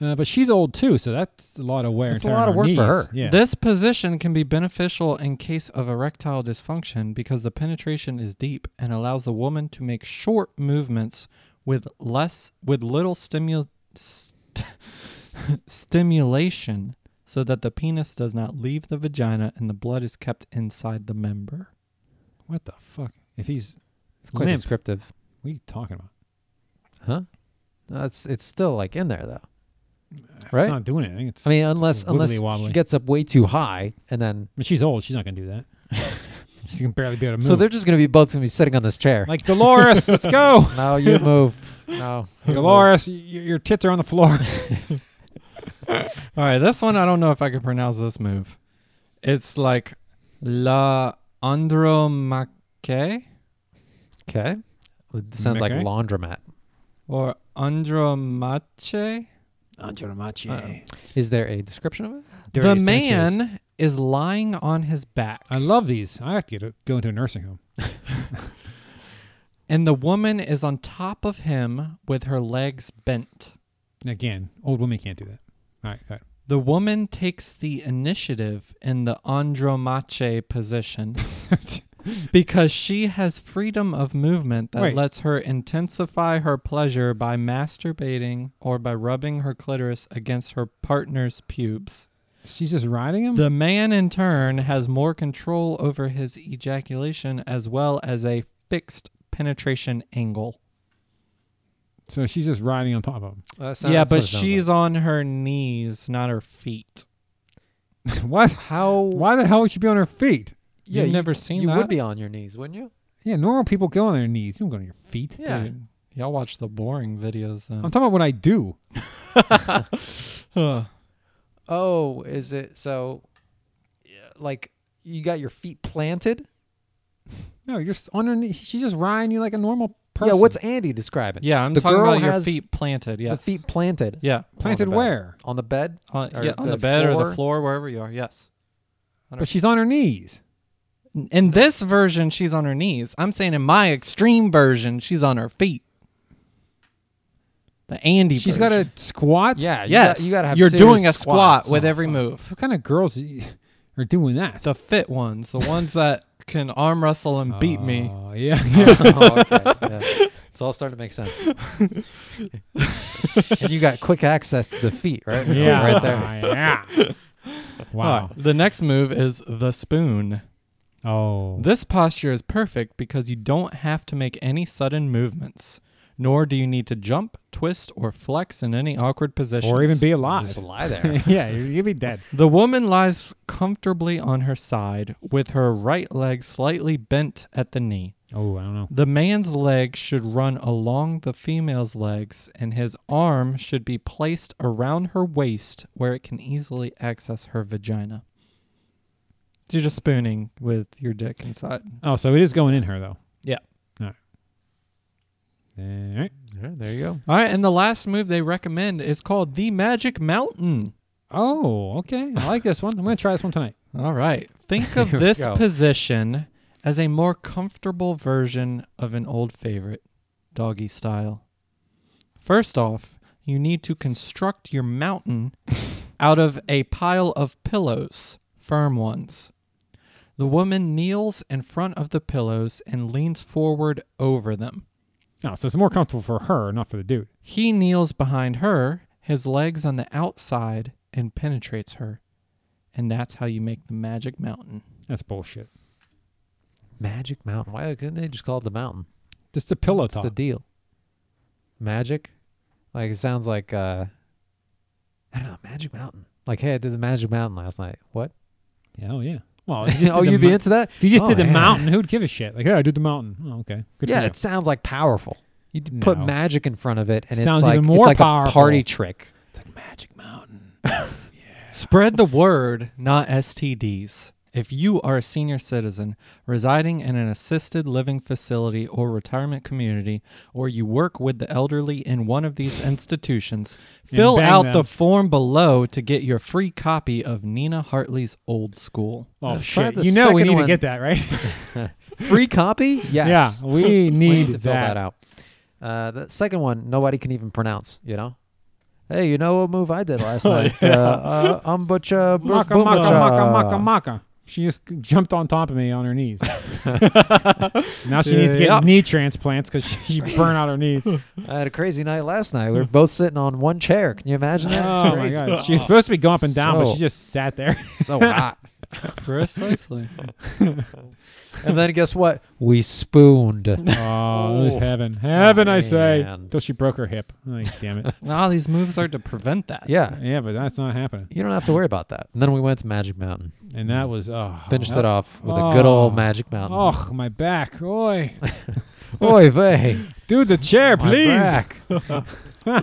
Uh, but she's old too, so that's a lot of wear. and That's a tear on lot of work for knees. her. Yeah. This position can be beneficial in case of erectile dysfunction because the penetration is deep and allows the woman to make short movements with less with little stimu- st- stimulation so that the penis does not leave the vagina and the blood is kept inside the member. what the fuck? If he's It's quite limp, descriptive, what are you talking about? huh? No, it's it's still like in there though, It's right? not doing anything. It's, I mean, unless just unless wibbly wobbly. she gets up way too high and then I mean, she's old. She's not gonna do that. she can barely be able to move. so they're just gonna be both gonna be sitting on this chair. like Dolores. let's go, no, you move. No, you move. Dolores. y- y- your tits are on the floor. All right, this one I don't know if I can pronounce this move. It's like La Andromache Okay. Well, It sounds like Okay. laundromat. or Andromache. Andromache. Is there a description of it? the man is lying on his back, I love these. I have to get a, go into a nursing home. and the woman is on top of him with her legs bent. Again, old women can't do that. All right. All right. The woman takes the initiative in the andromache position because she has freedom of movement that Wait. lets her intensify her pleasure by masturbating or by rubbing her clitoris against her partner's pubes. She's just riding him. The man, in turn, has more control over his ejaculation as well as a fixed penetration angle. so she's just riding on top of him. Uh, sound- Yeah, that's what but it sounds she's on her knees, not her feet. what? like. how. Why the hell would she be on her feet? You've never seen you that? would be on your knees, wouldn't you? Yeah, normal people go on their knees. You don't go on your feet. Yeah. Dude, y'all watch the boring videos then. I'm talking about what I do. Huh. Oh, is it so? yeah, Like you got your feet planted. No, you're just on her knee. She's just riding you like a normal person. Yeah. What's Andy describing? yeah, I'm The talking girl about your has feet planted. Yes. The feet planted. Yeah. planted on the bed. where? On the bed. On, Or yeah, on the the bed or floor. the floor, wherever you are. Yes. But she's on her knees. In this version, she's on her knees. I'm saying in my extreme version, she's on her feet. The Andy. She's got to squat. Yeah. You yes. Got, you gotta have. You're serious doing a squats. squat with every move. What kind of girls are doing that? The fit ones, the ones that can arm wrestle and beat me. Oh, yeah. oh, okay. yeah. It's all starting to make sense. and you got quick access to the feet, right? yeah. Right there. Yeah. All Wow. right, The next move is the spoon. Oh. This posture is perfect because you don't have to make any sudden movements, nor do you need to jump, twist, or flex in any awkward positions. or even be alive. Just lie there. yeah, you- you'd be dead. The woman lies comfortably on her side with her right leg slightly bent at the knee. Oh, I don't know. The man's leg should run along the female's legs, and his arm should be placed around her waist where it can easily access her vagina. So you're just spooning with your dick inside. Oh, so it is going in her though. Yeah. All right. All right. All right, there you go. All right, and the last move they recommend is called the Magic Mountain. Oh, okay. I like this one. I'm gonna try this one tonight. All right, think of Here we this go. position as a more comfortable version of an old favorite, doggy style. First off, you need to construct your mountain out of a pile of pillows, firm ones. The woman kneels in front of the pillows and leans forward over them. No, Oh, so it's more comfortable for her, not for the dude. He kneels behind her, his legs on the outside, and penetrates her. And that's how you make the magic mountain. That's bullshit. Magic Mountain. Why couldn't they just call it the mountain? Just a pillow What's talk. the deal? Magic? Like it sounds like uh I don't know, Magic Mountain. Like, hey, I did the Magic Mountain last night. What? Yeah, oh yeah. Well, if you just oh, did the you'd be mou- into that? If you just Oh, did the yeah. mountain, who'd give a shit? Like, yeah, I did the mountain. Oh, okay. Good yeah, for you. it sounds like powerful. You d- put No. magic in front of it, and Sounds it's like even more it's like powerful. a party trick. It's like Magic Mountain. Spread the word, not STDs. If you are a senior citizen residing in an assisted living facility or retirement community, or you work with the elderly in one of these institutions, And fill bang out the them. form below to get your free copy of Nina Hartley's Old School. Oh uh, Try shit! the You know we second need one. to get that right. Free copy? Yes. Yeah, we need, we need to fill that out. Uh, the second one, nobody can even pronounce. You know. Hey, you know what move I did last night? Uh, uh, um, butcha, bu- Oh, Maka bu- maka butcha. maka maka maka. She just jumped on top of me on her knees. now she needs to get Yep. knee transplants because she burned out her knees. I had a crazy night last night. We were both sitting on one chair. Can you imagine that? It's oh my crazy. god! She was supposed to be going up and down, but So- she just sat there. So hot. Precisely. and then guess what? We spooned. Oh, it was heaven. Heaven, I say. man. Till she broke her hip. Like, damn it. Now these moves are to prevent that. Yeah. yeah, but that's not happening. You don't have to worry about that. And then we went to Magic Mountain. And that was oh, Finished it off with a good old Oh. Magic Mountain. Oh, my back. Oi. Oy vey. Dude, the chair, My please. back.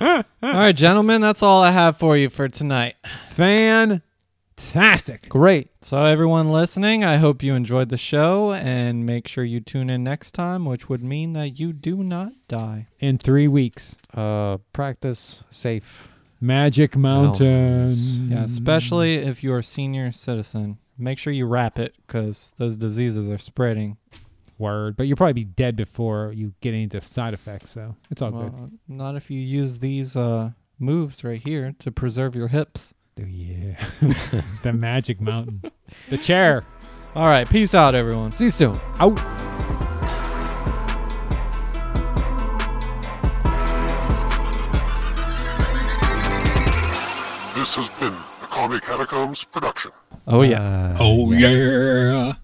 All right, gentlemen, that's all I have for you for tonight. Fantastic. Great. So, everyone listening, I hope you enjoyed the show and make sure you tune in next time, which would mean that you do not die. In three weeks, Uh, practice safe. Magic Mountains. Mountain. Yeah, especially if you're a senior citizen. Make sure you wrap it because those diseases are spreading. Word. But you'll probably be dead before you get any of the side effects. So it's Oh, all good. Well, not if you use these uh, moves right here to preserve your hips. Dude, Oh, yeah. the Magic Mountain. The chair. All right, peace out, everyone. See you soon. Out. This has been a Comedy Catacombs production. Oh, yeah. Uh, Oh, yeah.